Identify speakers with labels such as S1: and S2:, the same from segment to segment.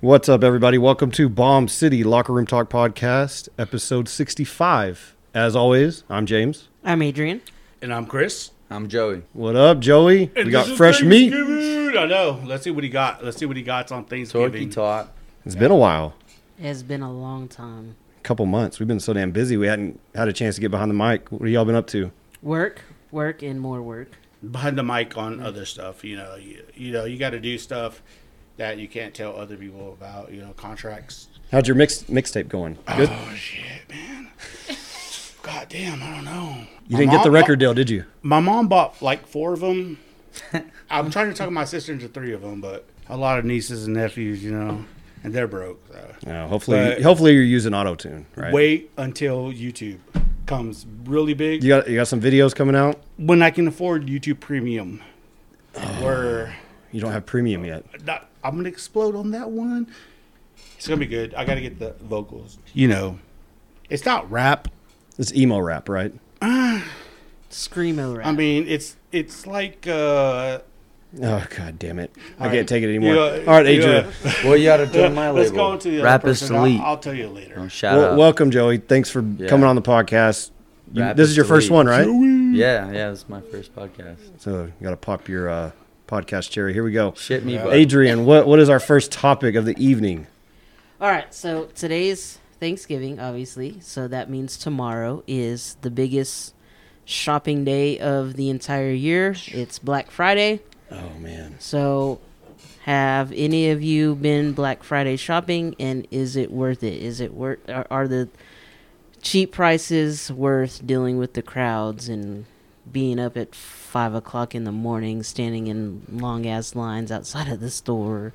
S1: What's up, everybody? Welcome to Bomb City Locker Room Talk Podcast, episode 65. As always, I'm James.
S2: I'm Adrian.
S3: And I'm Chris.
S4: I'm Joey.
S1: What up, Joey? we got fresh meat.
S3: I know. Let's see what he got. Let's see what he got on
S4: Turkey
S3: Thanksgiving.
S4: tot.
S1: It's been a while,
S2: It's been a long time.
S1: a couple months. We've been so damn busy, we hadn't had a chance to get behind the mic. What have y'all been up to?
S2: Work, work, and more work.
S3: Behind the mic on other stuff, you know, you, you know, you got to do stuff that you can't tell other people about, you know, contracts.
S1: How'd your mix mixtape going? Good.
S3: Oh shit, man. God damn, I don't know.
S1: you didn't get the record deal, did you?
S3: My mom bought like four of them. I'm trying to talk my sister into three of them, but a lot of nieces and nephews, you know, and they're broke. So.
S1: No. Hopefully,
S3: But-
S1: hopefully you're using auto tune, right?
S3: Wait until YouTube comes really big.
S1: You got you got some videos coming out.
S3: when I can afford YouTube Premium, where
S1: You don't have premium yet.
S3: not, I'm gonna explode on that one. It's gonna be good. I gotta get the vocals. You know, it's not rap.
S1: It's emo rap, right?
S2: Screamo rap.
S3: I mean, it's it's like uh,
S1: Oh god damn it! I
S3: All
S1: can't
S3: right.
S1: take it anymore.
S3: Yeah,
S1: All right, Adrian.
S3: yeah.
S4: Well, you gotta do my
S3: Let's
S4: label.
S3: go into the other
S4: Rap is
S3: person. I'll-
S4: elite.
S3: I'll, tell you later.
S4: Oh, shout
S1: Well,
S4: out.
S1: welcome, Joey. Thanks for coming on the podcast. You-
S4: Rap
S1: this
S4: is
S1: is your
S4: the
S1: first
S4: lead.
S1: one, right?
S4: yeah, yeah. This is my first podcast.
S1: So you got to pop your uh, podcast cherry. Here we go.
S4: Shit me, bud.
S1: Adrian, what what is our first topic of the evening?
S2: All right, so today's Thanksgiving, obviously. So that means tomorrow is the biggest shopping day of the entire year. It's Black Friday.
S1: Oh man,
S2: So, have any of you been Black Friday shopping, and is it worth it? Is it worth? Are, are the cheap prices worth dealing with the crowds and being up at five o'clock in the morning, standing in long ass lines outside of the store?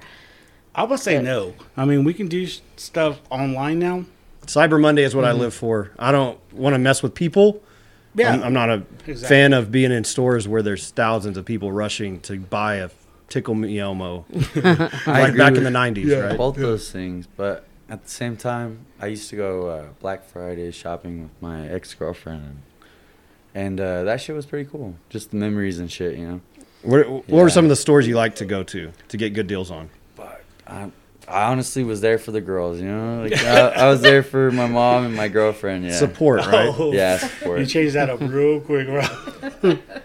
S3: I would say no. I mean, we can do s- stuff online now.
S1: Cyber Monday is what I live for. I don't want to mess with people.
S3: Mm-hmm. Yeah.
S1: I'm, I'm not a
S3: Exactly.
S1: fan of being in stores where there's thousands of people rushing to buy a tickle me elmo,
S4: I
S1: like
S4: agree
S1: back in
S4: with
S1: the '90s, right?
S4: Both those things, but at the same time, I used to go uh, Black Friday shopping with my ex girlfriend, and uh, that shit was pretty cool. Just the memories and shit, you know.
S1: What, what were
S4: Yeah.
S1: some of the stores you like to go to to get good deals on?
S4: But I, I honestly was there for the girls, you know. Like, I, I was there for my mom and my girlfriend. Yeah.
S1: Support, right?
S3: Oh,
S4: Yeah. Support.
S3: You changed that up real quick, bro.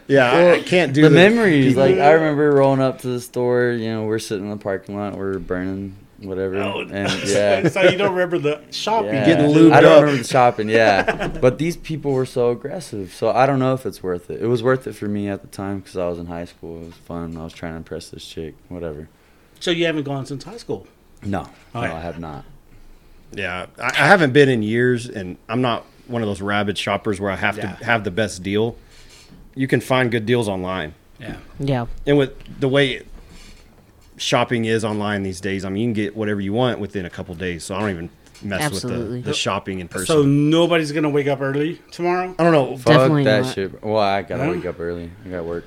S1: Yeah, I- I can't do
S4: the
S1: the-
S4: memories. Like I remember rolling up to the store. You know, we're sitting in the parking lot. We're burning whatever.
S1: Oh,
S4: And yeah.
S3: so you don't remember the shopping.
S4: Yeah.
S1: getting lubed
S4: I don't
S1: up.
S4: remember the shopping, yeah. but these people were so aggressive, so I don't know if it's worth it. It was worth it for me at the time because I was in high school. It was fun. I was trying to impress this chick, whatever.
S3: So you haven't gone since high school.
S4: No, no,
S3: Okay.
S4: I have not.
S1: Yeah, I, I haven't been in years, and I'm not one of those rabid shoppers where I have
S3: Yeah.
S1: to have the best deal. You can find good deals online,
S3: Yeah.
S2: Yeah,
S1: and with the way shopping is online these days, I mean, you can get whatever you want within a couple days. So I don't even mess
S2: Absolutely.
S1: with the, the shopping in person.
S3: So nobody's gonna wake up early tomorrow.
S1: I don't know.
S2: Definitely
S4: Fuck that
S2: not.
S4: shit. Well, I gotta
S3: Huh?
S4: wake up early. I got work.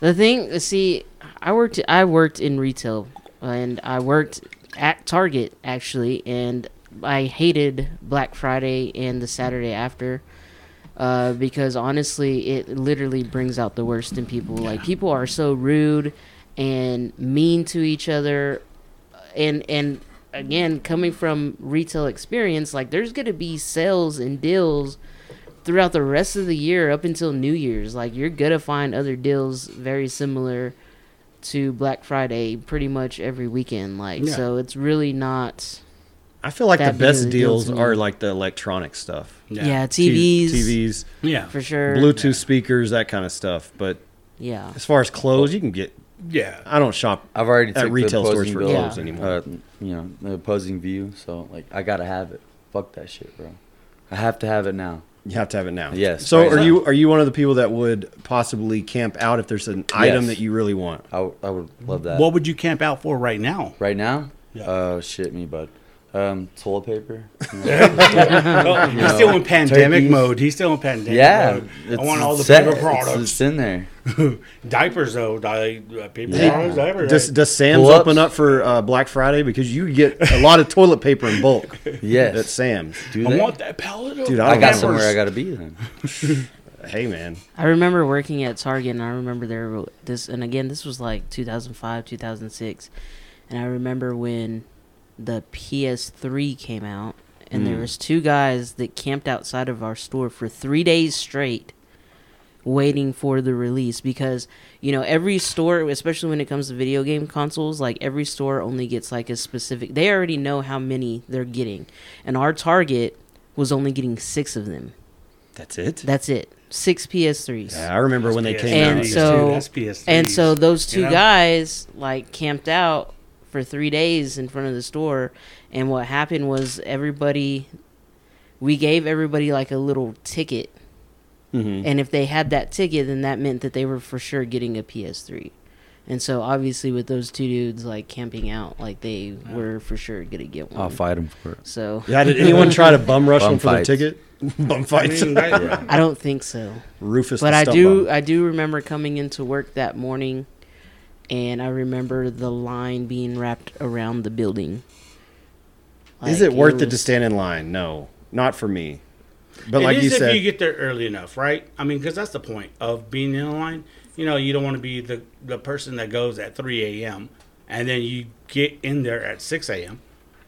S2: The thing, see, I worked I worked in retail and I worked at Target actually and I hated Black Friday and the Saturday after uh, because honestly it literally brings out the worst in people. Like people are so rude and mean to each other and and again coming from retail experience like there's going to be sales and deals throughout the rest of the year up until New Year's. Like you're gonna find other deals very similar to Black Friday pretty much every weekend. Like
S3: Yeah.
S2: so it's really not
S1: I feel like the
S2: That being
S1: best
S2: the
S1: deals
S2: deals you
S1: are
S2: need.
S1: like the electronic stuff.
S2: yeah, TVs,
S1: TVs,
S3: Yeah.
S2: for sure.
S1: Bluetooth speakers, that kind of stuff. But
S2: Yeah.
S1: as far as clothes, you can get.
S3: Yeah.
S1: I don't shop.
S4: I've already
S1: at
S4: took
S1: retail
S4: the
S1: stores
S4: opposing
S1: for
S4: bill,
S1: clothes
S2: Yeah.
S1: anymore.
S4: Uh, you know, the opposing view. So like, I gotta have it. Fuck that shit, bro. I have to have it now.
S1: You have to have it now.
S4: Yes,
S1: So
S4: right
S1: are
S4: now.
S1: you are you one of the people that would possibly camp out if there's an item
S4: Yes.
S1: that you really want?
S4: I, w- I would love that.
S3: Uh, What would you camp out for right now?
S4: right now?
S3: Yeah.
S4: Oh shit, me bud. Um, toilet paper.
S3: he's still in pandemic
S4: turkeys.
S3: mode. He's still in pandemic
S4: yeah,
S3: mode.
S4: it's,
S3: I want all the
S4: it's set.
S3: paper
S4: It's-
S3: products.
S4: It's, in there.
S3: diapers though. Di- uh, paper
S4: Yeah.
S3: products. Diapers.
S1: Does, does Sam's
S4: Pull-ups.
S1: open up for uh, Black Friday because you get a lot of toilet paper in bulk at
S4: Yes.
S1: Sam's?
S4: Do
S3: I
S4: that.
S3: want that pallet. Of
S1: Dude,
S4: I got
S1: Pampers.
S4: somewhere I gotta be then.
S1: Hey man,
S2: I remember working at Target, and I remember there were this, and again, this was like 2005, 2006, And I remember when the PS3 came out, and there
S4: Mm.
S2: was two guys that camped outside of our store for three days straight, waiting for the release because you know every store, especially when it comes to video game consoles, like every store only gets like a specific. They already know how many they're getting, and our Target was only getting six of them.
S4: That's it.
S2: That's it. Six PS3s.
S1: Yeah, I remember when they
S3: PS3s,
S1: came
S2: And
S1: out.
S3: too.
S2: so-
S3: That's PS3s.
S2: And so those two
S3: you know?
S2: guys like camped out for three days in front of the store, and what happened was everybody, we gave everybody like a little ticket,
S3: Mm-hmm.
S1: Mhm.
S2: and if they had that ticket, then that meant that they were for sure getting a PS3. And so obviously with those two dudes like camping out, like they were for sure gonna get one.
S4: I'll fight him for it.
S2: So
S1: Yeah, did anyone try to bum rush
S4: Bum
S1: them for their
S4: fights.
S1: ticket? bum
S3: I
S1: fights.
S3: mean, that-
S2: I don't think so.
S1: Rufus.
S2: but
S1: the
S2: I
S1: stump
S2: do
S1: bum.
S2: I do remember coming into work that morning and I remember the line being wrapped around the building.
S1: Is
S2: Like,
S1: it worth it to
S2: was-
S1: stand in line? No, not for me. But
S3: It
S1: like
S3: is
S1: you
S3: if
S1: said,
S3: you get there early enough, right? I mean, because that's the point of being in line. You know, you don't want to be the the person that goes at 3 a.m. and then you get in there at 6 a.m.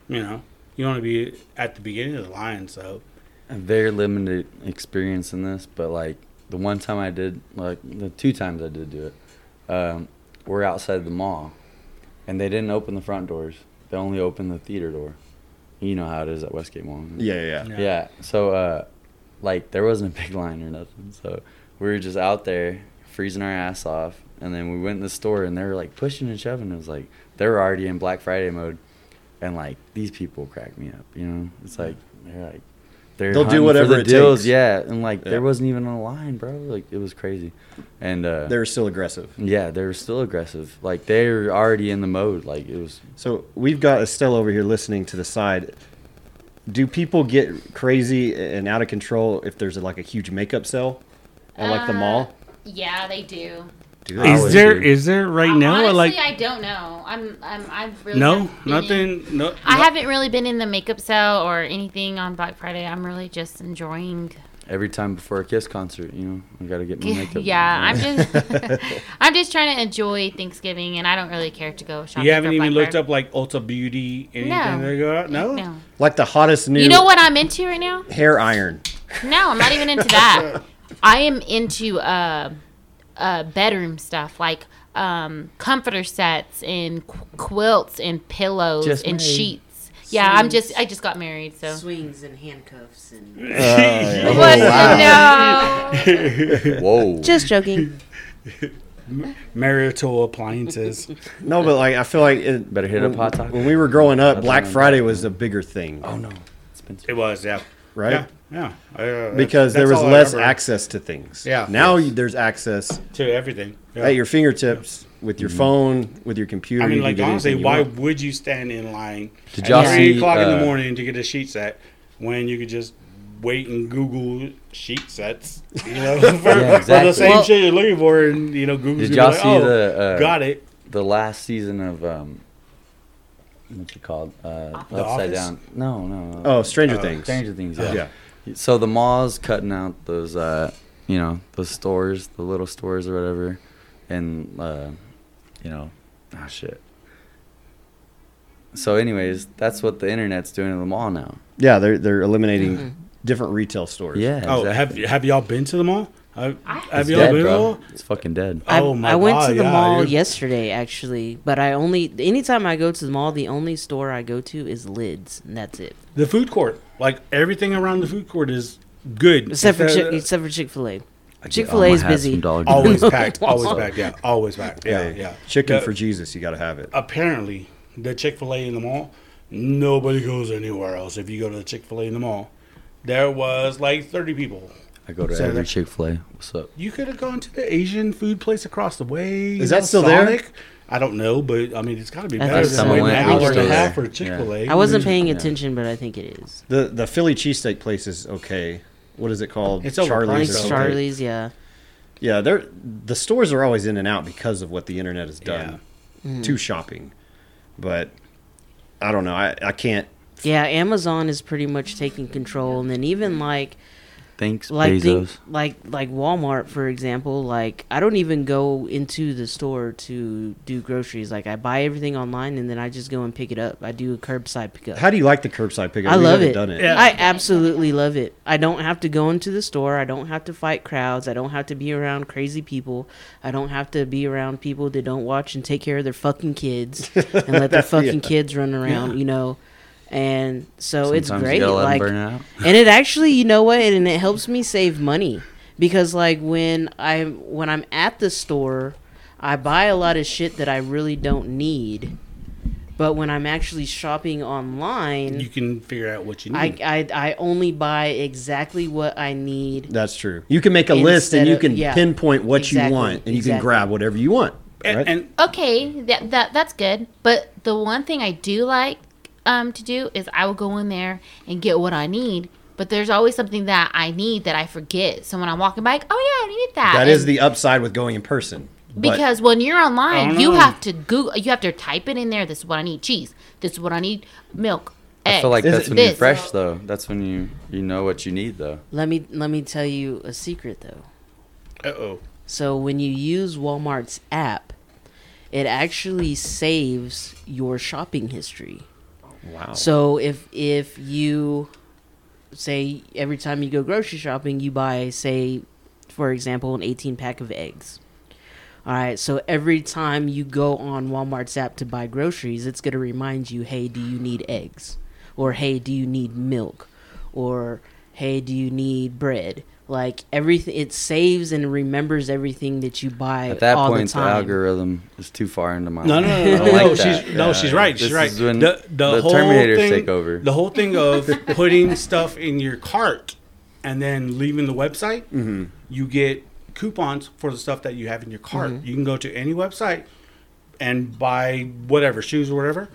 S3: You know, you want to be at the beginning of the line. So
S4: A very limited experience in this, but like the one time I did, like the two times I did do it, um, we're outside the mall, and they didn't open the front doors. They only opened the theater door. You know how it is at Westgate Mall.
S1: yeah, yeah, yeah.
S4: Yeah. So, uh, like, there wasn't a big line or nothing. So we were just out there freezing our ass off. And then we went in the store and they were like pushing and shoving. It was like they were already in Black Friday mode. And like these people crack me up, you know? It's like they're like they're
S1: They'll do
S4: hunting for
S1: whatever
S4: the
S1: it
S4: deals,
S1: takes.
S4: yeah. And like
S1: Yeah.
S4: there wasn't even a line, bro. Like it was crazy. And uh
S1: they're still aggressive.
S4: yeah, they were still aggressive. Like they were already in the mode. Like it was
S1: So we've got Estelle over here listening to the side. Do people get crazy and out of control if there's like a huge makeup sale at like the
S5: Uh,
S1: mall?
S5: Yeah, they do.
S1: Do
S4: I
S1: they?
S4: always
S6: Is there
S4: do.
S6: is there right now
S5: Honestly,
S6: or like
S5: I don't know. I'm I'm I've really
S3: no,
S5: haven't been in-
S3: nothing. No,
S5: I
S3: no-
S5: haven't really been in the makeup sale or anything on Black Friday. I'm really just enjoying.
S4: every time before a kiss concert, you know, I gotta get my makeup.
S5: yeah, I'm just I'm just trying to enjoy Thanksgiving, and I don't really care to go shopping.
S3: You haven't
S5: for
S3: even
S5: Black
S3: looked
S5: Friday.
S3: up like Ulta Beauty anything.
S5: No.
S3: They go out. No,
S5: No.
S1: Like the hottest new
S5: You know what I'm into right now?
S1: hair iron.
S5: No, I'm not even into that. I am into uh, uh, bedroom stuff like um, comforter sets and qu- quilts and pillows
S4: Just
S5: and
S4: married.
S5: sheets. Yeah, I'm
S2: Swings.
S5: just I just got married, so.
S2: swings and handcuffs and
S5: What?
S1: Oh,
S5: No.
S4: Whoa.
S2: just joking.
S3: marital appliances.
S1: No, but like I feel like it,
S4: Better hit
S1: when,
S4: up Hot Topic.
S1: When we were growing up,
S4: That's
S1: Black
S4: what I'm
S1: Friday
S4: talking
S1: was a bigger thing,
S4: Oh no, it's been
S3: it was, yeah,
S1: right?
S3: yeah, yeah. Uh, that's-
S1: Because there
S3: that's
S1: was
S3: all I
S1: less
S3: remember.
S1: access to things.
S3: Yeah.
S1: Now you there's access
S3: to everything. Yeah.
S1: at your fingertips with
S4: Mm-hmm.
S1: your phone, with your computer.
S3: I mean,
S1: you can
S3: like
S1: get
S3: honestly,
S1: anything you
S3: why
S1: want.
S3: would you stand in line
S4: Did
S3: at
S4: y'all
S3: three
S4: see,
S3: o'clock in the
S4: uh,
S3: morning to get a sheet set when you could just wait and Google sheet sets, you know, for, for the
S4: exactly.
S3: same
S4: Well-
S3: shit you're looking for, and you know, Google.
S4: Did y'all see the uh,
S3: oh, got it?
S4: the last season of um, what's it called? Uh,
S3: The Office?
S4: Upside Down. No, no.
S1: Oh, Stranger Things.
S4: Uh, Stranger Things.
S1: yeah.
S4: Yeah. So the mall's cutting out those, uh, you know, those stores, the little stores or whatever, and uh, you know, ah shit. So, anyways, that's what the internet's doing to the mall now.
S1: Yeah, they're they're eliminating different retail stores.
S4: Yeah.
S3: Oh,
S4: exactly.
S3: have have y'all been to the mall? Have, have
S4: It's
S3: y'all
S4: dead,
S3: been to the
S4: bro.
S3: mall?
S4: It's fucking dead.
S2: I,
S3: Oh my
S2: I went
S3: God,
S2: to the
S3: yeah,
S2: mall
S3: dude.
S2: yesterday actually, but I only anytime I go to the mall, the only store I go to is Lids, and that's it.
S3: The food court, like everything around the food court, is good uh,
S2: Except for
S3: Instead
S2: Chick
S3: of-
S2: except for Chick Fil A.
S4: I get
S2: Chick
S4: all
S2: Fil A
S4: my
S2: is
S4: hats
S2: busy.
S4: from Dollar General.
S3: always packed, always packed, yeah, always packed, yeah,
S1: Hey,
S3: yeah.
S1: Chicken
S3: The- Uh,
S1: for Jesus, you got to have it.
S3: apparently the Chick Fil A in the mall, nobody goes anywhere else. If you go to the Chick Fil A in the mall, there was like thirty people.
S4: I go to
S3: So
S4: every
S3: they're-
S4: Chick Fil A. What's up?
S3: You could have gone to the Asian food place across the way. you
S1: Is that
S3: know,
S1: still there?
S3: I don't know, but I mean, it's got to be
S2: I think
S3: better
S2: so.
S3: than waiting
S2: I
S3: an
S2: think it's
S3: hour and
S2: still
S3: a half
S4: there.
S3: for Chick Fil A.
S2: I wasn't paying attention, but I think it is.
S1: The the Philly cheesesteak place is okay. What is it called?
S3: It's
S2: I think
S3: overpriced,
S1: Charlie's.
S3: It's
S2: it's
S1: okay.
S3: though.
S2: Charlie's, yeah.
S1: Yeah, they're the stores are always in and out because of what the internet has done to shopping. But I don't know. I I can't.
S2: Yeah, Amazon is pretty much taking control, and then even like
S4: Thanks,
S2: like
S4: Bezos.
S2: think- like like Walmart for example. Like I don't even go into the store to do groceries. Like I buy everything online and then I just go and pick it up. I do a curbside pickup.
S1: How do you like the curbside pickup?
S2: I
S1: We
S2: love
S1: haven't
S2: it.
S1: Done it.
S3: Yeah.
S2: I absolutely love it. I don't have to go into the store. I don't have to fight crowds. I don't have to be around crazy people. I don't have to be around people that don't watch and take care of their fucking kids and let their fucking kids run around, you know. And so it's
S4: Sometimes
S2: great.
S4: you gotta let 'em
S2: Like,
S4: burn it out.
S2: and it actually, you know what? And it helps me save money because, like, when I when I'm at the store, I buy a lot of shit that I really don't need. But when I'm actually shopping online,
S3: You can figure out what you
S2: I,
S3: need.
S2: I I only buy exactly what I need.
S1: That's true. You can make a list
S2: Instead
S1: and you
S2: of-
S1: can
S2: yeah.
S1: pinpoint what
S2: Exactly,
S1: you want and you can
S2: exactly.
S1: grab whatever you want.
S3: and,
S1: right?
S3: and
S5: Okay, that, that that's good. But the one thing I do like um, to do is I will go in there and get what I need. But there's always something that I need that I forget. So when I'm walking by, like, oh yeah, I need that.
S1: that is
S5: And-
S1: the upside with going in person. But
S5: because when you're
S3: I
S5: online,
S3: don't
S5: you
S3: know.
S5: have to Google. You have to type it in there. This is what I need: cheese. This is what I need: milk. Eggs.
S4: I feel like
S1: Is
S4: that's
S1: it-
S4: when you're
S5: this.
S4: fresh, though. That's when you you know what you need, though.
S2: Let me let me tell you a secret though.
S3: uh oh,
S2: So when you use Walmart's app, it actually saves your shopping history.
S1: wow.
S2: So if if you say every time you go grocery shopping, you buy say for example an 18 pack of eggs. All right, so every time you go on Walmart's app to buy groceries, it's going to remind you, "Hey, do you need eggs?" or "Hey, do you need milk?" or "Hey, do you need bread?" Like everything it saves and remembers everything that you buy
S4: At that
S2: all
S4: point,
S2: the
S4: the,
S2: time.
S4: algorithm is too far into my.
S3: no, no,
S4: mind.
S3: no,
S4: I
S3: no,
S4: don't like
S3: no,
S4: that.
S3: she's, no,
S4: Yeah.
S3: she's right.
S4: This
S3: she's right.
S4: is when
S3: the the, whole
S4: Terminators
S3: thing,
S4: take over.
S3: The whole thing of putting stuff in your cart and then leaving the website,
S4: Mm-hmm.
S3: you get coupons for the stuff that you have in your cart.
S4: Mm-hmm.
S3: You can go to any website and buy whatever shoes or whatever,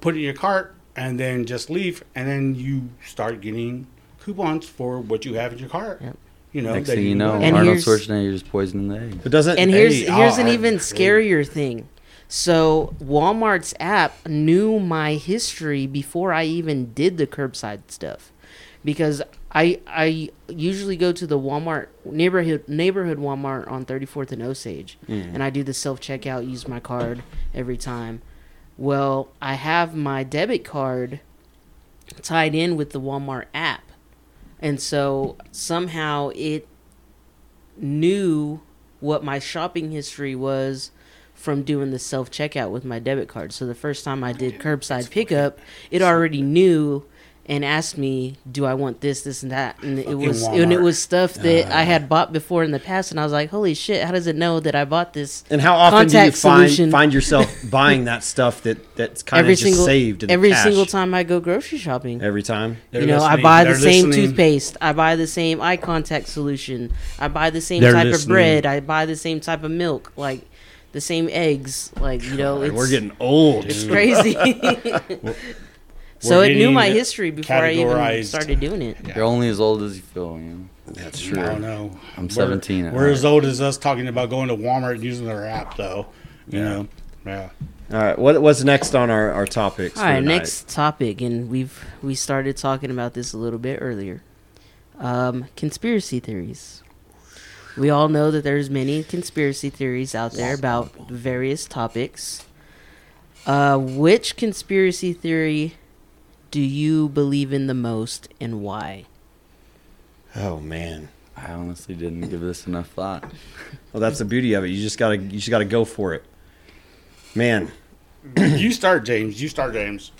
S3: put it in your cart, and then just leave, and then you start getting coupons for what you have in your cart.
S2: Yep.
S3: You know,
S4: Next
S3: that
S4: thing you know,
S2: And
S4: Arnold
S2: here's-
S4: Schwarzenegger is poisoning the egg.
S1: but doesn't
S2: And here's
S3: Hey,
S2: here's an
S3: oh,
S2: even
S3: hey.
S2: scarier thing. So Walmart's app knew my history before I even did the curbside stuff, because I I usually go to the Walmart neighborhood neighborhood Walmart on 34th and Osage,
S3: Mm.
S2: and I do the self checkout, use my card every time. Well, I have my debit card tied in with the Walmart app, and so somehow it knew what my shopping history was from doing the self checkout with my debit card. So the first time I did curbside pickup, it already knew and asked me, "Do I want this, this, and that?" And it
S3: Fucking
S2: was and it
S3: Walmart.
S2: was stuff that
S1: Uh.
S2: I had bought before in the past, and I was like, "Holy shit! How does it know that I bought this?"
S1: and how often do you
S2: Contact
S1: find
S2: solution.
S1: find yourself buying that stuff that that's kind
S2: every
S1: of just
S2: single
S1: saved in
S2: every
S1: the cash?
S2: single time I go grocery shopping.
S1: Every time.
S3: They're
S2: you know, I
S3: listening.
S2: buy
S3: They're
S2: the same
S3: listening.
S2: toothpaste. I buy the same eye contact solution. I buy the same
S3: They're
S2: type of
S3: listening.
S2: bread. I buy the same type of milk. Like the same eggs. Like you know, it's,
S1: We're getting old.
S4: Mm.
S2: it's crazy. so
S3: We're
S2: it knew
S3: getting
S2: my history before I even
S3: categorized.
S2: started doing it.
S4: You're only as old as you feel. You know?
S1: That's
S3: I don't know.
S4: I'm
S3: We're-
S4: 17
S3: We're,
S4: at
S3: as
S4: heart.
S3: old as us talking about going to Walmart and using their app, though. You know, yeah.
S1: All right. What what's next on our our topics?
S2: All
S1: for
S2: right,
S1: tonight?
S2: next topic, and we've we started talking about this a little bit earlier. Um, conspiracy theories. We all know that there's many conspiracy theories out there about various topics. Uh, which conspiracy theory do you believe in the most, and why?
S1: Oh man.
S4: I honestly didn't give this enough thought.
S1: Well, that's the beauty of it. You just gotta you just gotta go for it. Man,
S3: you start, James. You start, James.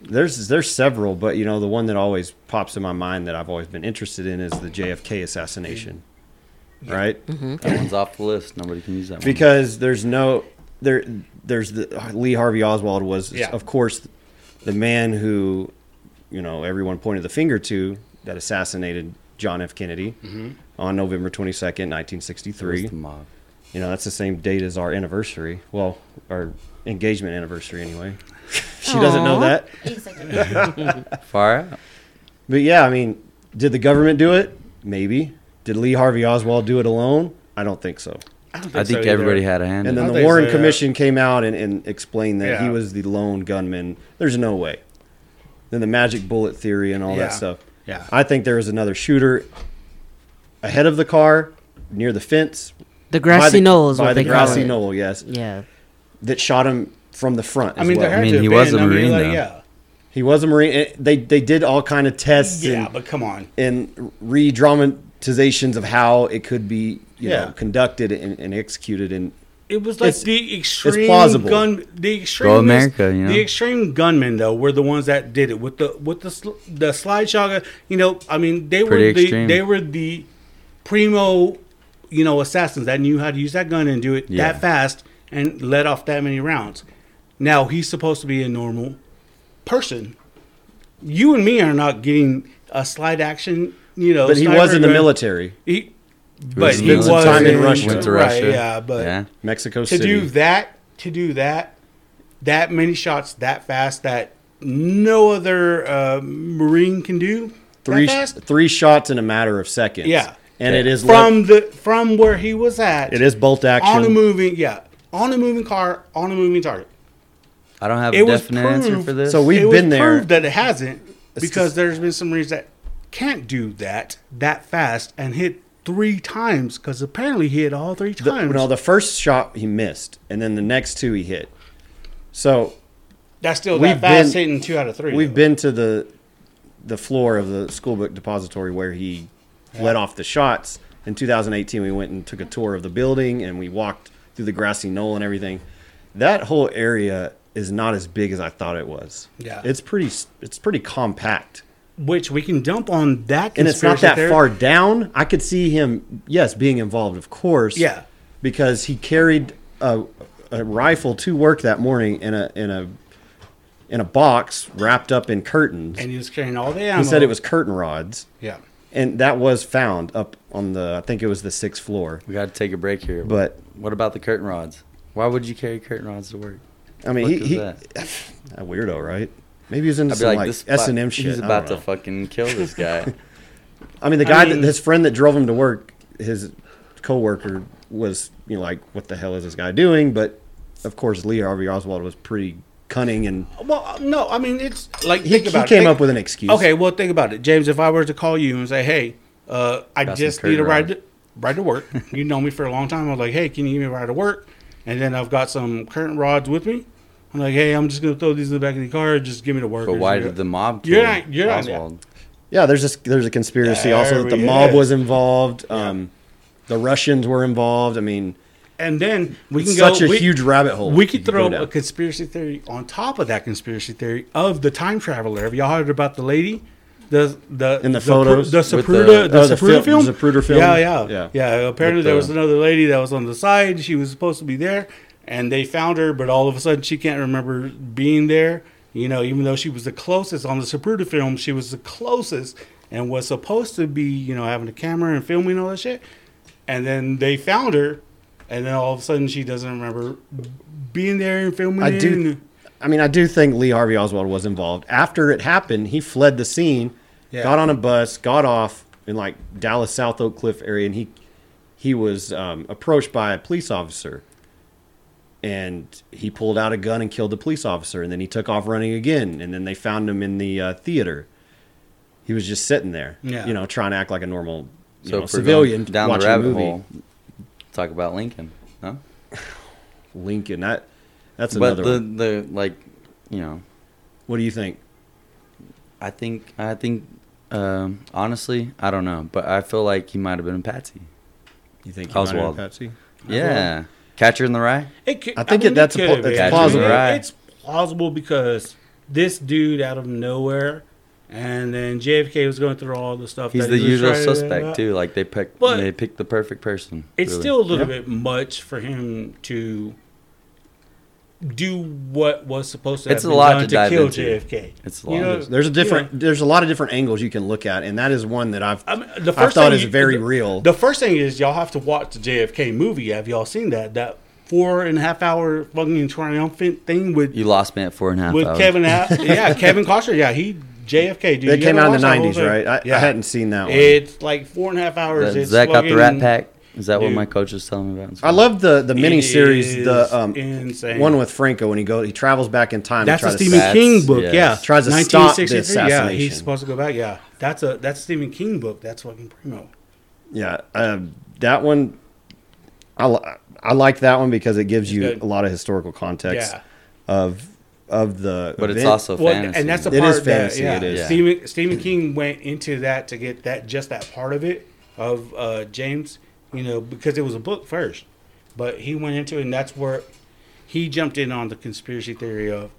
S1: there's there's several, but you know the one that always pops in my mind that I've always been interested in is the JFK assassination, right?
S2: Mm-hmm.
S4: That one's off the list. Nobody can use that one.
S1: Because there's no there there's the Lee Harvey Oswald was
S3: Yeah.
S1: of course the man who you know everyone pointed the finger to that assassinated John F. Kennedy on November 22nd,
S4: It was
S1: 1963.
S4: the mob.
S1: You know, that's the same date as our anniversary. Well, our engagement anniversary, anyway. she doesn't know
S2: Aw.
S1: that.
S5: It's like-
S4: Far out.
S1: But yeah, I mean, did the government do it? Maybe. Did Lee Harvey Oswald do it alone? I don't think so.
S3: don't
S4: I think
S3: so either.
S4: everybody had a
S1: And
S4: hand in
S1: then
S4: it.
S1: the
S3: think
S1: Warren
S3: so, yeah.
S1: Commission came out and, and explained that he
S3: uh, Yeah.
S1: was the lone gunman. There's no way. Then the magic bullet theory and all
S3: Yeah.
S1: that stuff.
S3: Yeah.
S1: I think there was another shooter ahead of the car near the fence.
S2: The
S1: by
S2: grassy
S1: the-
S2: knoll is
S1: by
S2: what
S1: the
S2: they call
S1: grassy
S2: it.
S1: knoll, yes,
S2: Yeah,
S1: that shot him from the front.
S3: I
S1: as
S3: mean,
S1: well.
S3: there had
S4: I mean,
S3: to have
S4: he
S3: been.
S4: was a
S3: I mean,
S4: Marine,
S3: like,
S4: though.
S3: Yeah.
S1: he was a marine. and They they did all kind of tests
S3: Yeah,
S1: and,
S3: but come on.
S1: and re-dramatizations of how it could be, you
S3: Yeah.
S1: know, conducted and, and executed. And
S3: It was like
S1: It's-
S3: the extreme
S1: plausible.
S3: gun. The extreme
S4: America, you know?
S3: The extreme gunmen though were the ones that did it with the with the sl- the slide shotgun. You know, I mean, they were
S4: Pretty
S3: the
S4: extreme.
S3: they were the primo, you know, assassins that knew how to use that gun and do it
S4: Yeah.
S3: that fast and let off that many rounds. Now he's supposed to be a normal person. You and me are not getting a slide action. You know,
S1: but he
S3: sniper
S1: was in the
S3: gun.
S1: military,
S3: He, but
S4: in
S3: he
S4: the
S3: was
S4: military.
S1: Time in Russia.
S4: Went to
S3: Right,
S4: Russia.
S3: yeah, but
S4: yeah.
S1: Mexico
S3: to
S1: City.
S3: do that to do that that many shots that fast that no other uh, marine can do
S1: three
S3: that fast
S1: three shots in a matter of seconds.
S3: Yeah.
S1: and it is from
S3: from the from where he was at
S1: it is bolt action.
S3: on a moving yeah on a moving car on a moving target
S4: I don't have
S3: It
S4: a
S3: was
S4: definite answer
S3: proved-
S4: for this.
S1: So we- We've
S3: it
S1: been
S3: was
S1: there.
S3: proved that it hasn't because
S1: just-
S3: there's been some marines that can't do that that fast and hit three times because apparently he hit all three
S1: The,
S3: times
S1: no, the first shot he missed, and then the next two he hit. So
S3: that's still
S1: we've
S3: that fast
S1: been-
S3: hitting two out of three
S1: we've
S3: though.
S1: been to the the floor of the school book depository where he let off the shots. In 2018, we went and took a tour of the building, and we walked through the grassy knoll and everything. That whole area is not as big as I thought it was.
S3: Yeah.
S1: it's pretty s- it's pretty compact.
S3: which we can dump on that
S1: and it's not
S3: conspiracy
S1: that
S3: theory.
S1: far down. I could see him, yes, being involved, of course.
S3: Yeah.
S1: because he carried a, a rifle to work that morning in a in a in a box wrapped up in curtains.
S3: and he was carrying all the ammo.
S1: he said it was curtain rods,
S3: yeah.
S1: and that was found up on the I think it was the sixth floor.
S4: we got to take a break here.
S1: But
S4: what about the curtain rods? Why would you carry curtain rods to work?
S1: I mean, he,
S4: Fuck is
S1: he a
S4: that?
S1: weirdo, right? Maybe he's into
S4: I'd be
S1: some
S4: like,
S1: like
S4: this
S1: S and M shit.
S4: He's
S1: I
S4: about
S1: don't
S4: to
S1: know.
S4: fucking kill this guy.
S1: I mean, the guy
S3: mean-
S1: that his friend that drove him to work, his coworker was you know like, what the hell is this guy doing? But of course, Lee Harvey Oswald was pretty cunning, and
S3: Well, uh, no, I mean it's like
S1: he,
S3: think
S1: he
S3: about it.
S1: came
S3: Think-
S1: up with an excuse.
S3: Okay, well think about it, James. If I were to call you and say, "Hey, uh, I
S4: Got some
S3: just need a
S4: curtain
S3: ride
S4: rods.
S3: to, ride to work," you know me for a long time. I was like, "Hey, can you give me a ride to work?" And then I've got some curtain rods with me. I'm like, "Hey, I'm just gonna throw these in the back of the car. Just give me to work."
S4: but
S3: Or
S4: why
S3: just-
S4: did the mob kill
S3: You're not- you're not-
S4: Oswald?
S1: yeah, there's a there's a conspiracy also
S3: There
S1: that the
S3: we
S1: mob
S3: is.
S1: was involved. Um, the Russians were involved. I mean,
S3: And then we can
S1: it's
S3: go
S1: such a
S3: we-
S1: huge rabbit hole.
S3: We
S1: you
S3: could throw
S1: go down.
S3: a conspiracy theory on top of that conspiracy theory of the time traveler. Have y'all heard about the lady? The the
S1: In the
S3: Zapru-
S1: photos?
S3: the
S1: With
S3: Zapruder,
S4: the-
S3: the,
S1: oh, the
S3: Zapruder
S1: film-
S3: film,
S1: Zapruder film?
S3: Yeah, yeah,
S1: Yeah.
S3: yeah. apparently
S4: With
S3: there
S4: the-
S3: was
S1: uh,
S3: another lady that was on the side. She was supposed to be there, and they found her, but all of a sudden she can't remember being there. You know, even though she was the closest on the Zapruder film, she was the closest and was supposed to be, you know, having a camera and filming all that shit. And then they found her, and then all of a sudden she doesn't remember being there and filming.
S1: I
S3: it
S1: do.
S3: and-
S1: I mean, I do think Lee Harvey Oswald was involved. After it happened, he fled the scene,
S3: Yeah.
S1: got on a bus, got off in like Dallas South Oak Cliff area, and he he was um, approached by a police officer, and he pulled out a gun and killed the police officer, and then he took off running again, and then they found him in the uh, theater. He was just sitting there,
S3: Yeah.
S1: you know, trying to act like a normal you
S4: So
S1: know,
S4: if we're going
S1: civilian
S4: down
S1: watching
S4: the
S1: a
S4: rabbit
S1: movie.
S4: hole. Talk about Lincoln, no?
S1: Lincoln, that that's
S4: But
S1: another.
S4: the
S1: one.
S4: the like, you know,
S1: What do you think?
S4: I think I think um, honestly, I don't know, but I feel like he might have been a patsy.
S1: You think he might have been
S4: Oswald.
S1: Patsy?
S4: Yeah, catcher in the rye.
S3: It could,
S1: I think it- that's a
S3: could
S1: pl-
S3: have
S1: it's
S3: been.
S4: plausible. Right.
S3: It's plausible because this dude out of nowhere, and then JFK was going through all the stuff.
S4: He's
S3: that
S4: the
S3: he was
S4: usual
S3: trying to-
S4: suspect too. Like they picked
S3: But-
S4: they picked the perfect person.
S3: It's
S4: really.
S3: still a little
S1: Yeah.
S3: bit much for him to do what was supposed to.
S4: It's
S3: have
S4: a
S3: been
S4: lot
S3: done
S4: to dive
S3: kill
S4: into.
S3: JFK.
S4: It's a
S3: You
S4: lot.
S3: know,
S4: There's-
S1: There's a different.
S3: Yeah.
S1: There's a lot of different angles you can look at, and that is one that I've
S3: I mean, the
S1: I
S3: first
S1: thought
S3: thing
S1: is
S3: you-
S1: very
S3: the-
S1: real.
S3: The first thing is y'all have to watch the JFK movie. Have y'all seen that? That four and a half hour fucking triumphant thing with
S4: You lost me at four and a half.
S3: with
S4: hours.
S3: Kevin. Ha- yeah, Kevin Costner. Yeah, he JFK. Dude,
S1: it
S3: You
S1: came
S3: gotta
S1: out in
S3: watch
S1: the
S3: that whole
S1: '90s, right?
S3: thing.
S1: I, I hadn't seen that one.
S3: It's like four and a half hours.
S4: That
S3: It's
S4: Zach got the Rat
S3: fucking-
S4: Pack. Is that what
S3: Dude.
S4: my coach was telling me about? in
S1: I
S4: school?
S1: love the the mini series,
S3: is
S1: the um,
S3: insane.
S1: one with Franco when he go he travels back in time.
S3: That's
S1: to
S3: a
S1: try to
S3: Stephen
S1: sa-
S4: That's-
S3: King book,
S4: yes.
S3: yeah.
S1: Tries to stop the
S3: 1963, Yeah,
S1: assassination.
S3: he's supposed to go back. Yeah, that's a that's Stephen King book. That's fucking primo.
S1: Yeah, um, that one. I li- I like that one because it gives you
S3: good.
S1: a lot of historical context
S3: Yeah.
S1: of of the.
S4: But it's
S1: event.
S4: also
S3: Well,
S4: fantasy.
S3: and that's the
S1: It
S3: part
S1: is fantasy,
S3: that
S1: it
S3: yeah,
S1: is.
S4: Yeah.
S3: Stephen Stephen King went into that to get that just that part of it of uh, James, you know, because it was a book first, but he went into it, and that's where he jumped in on the conspiracy theory of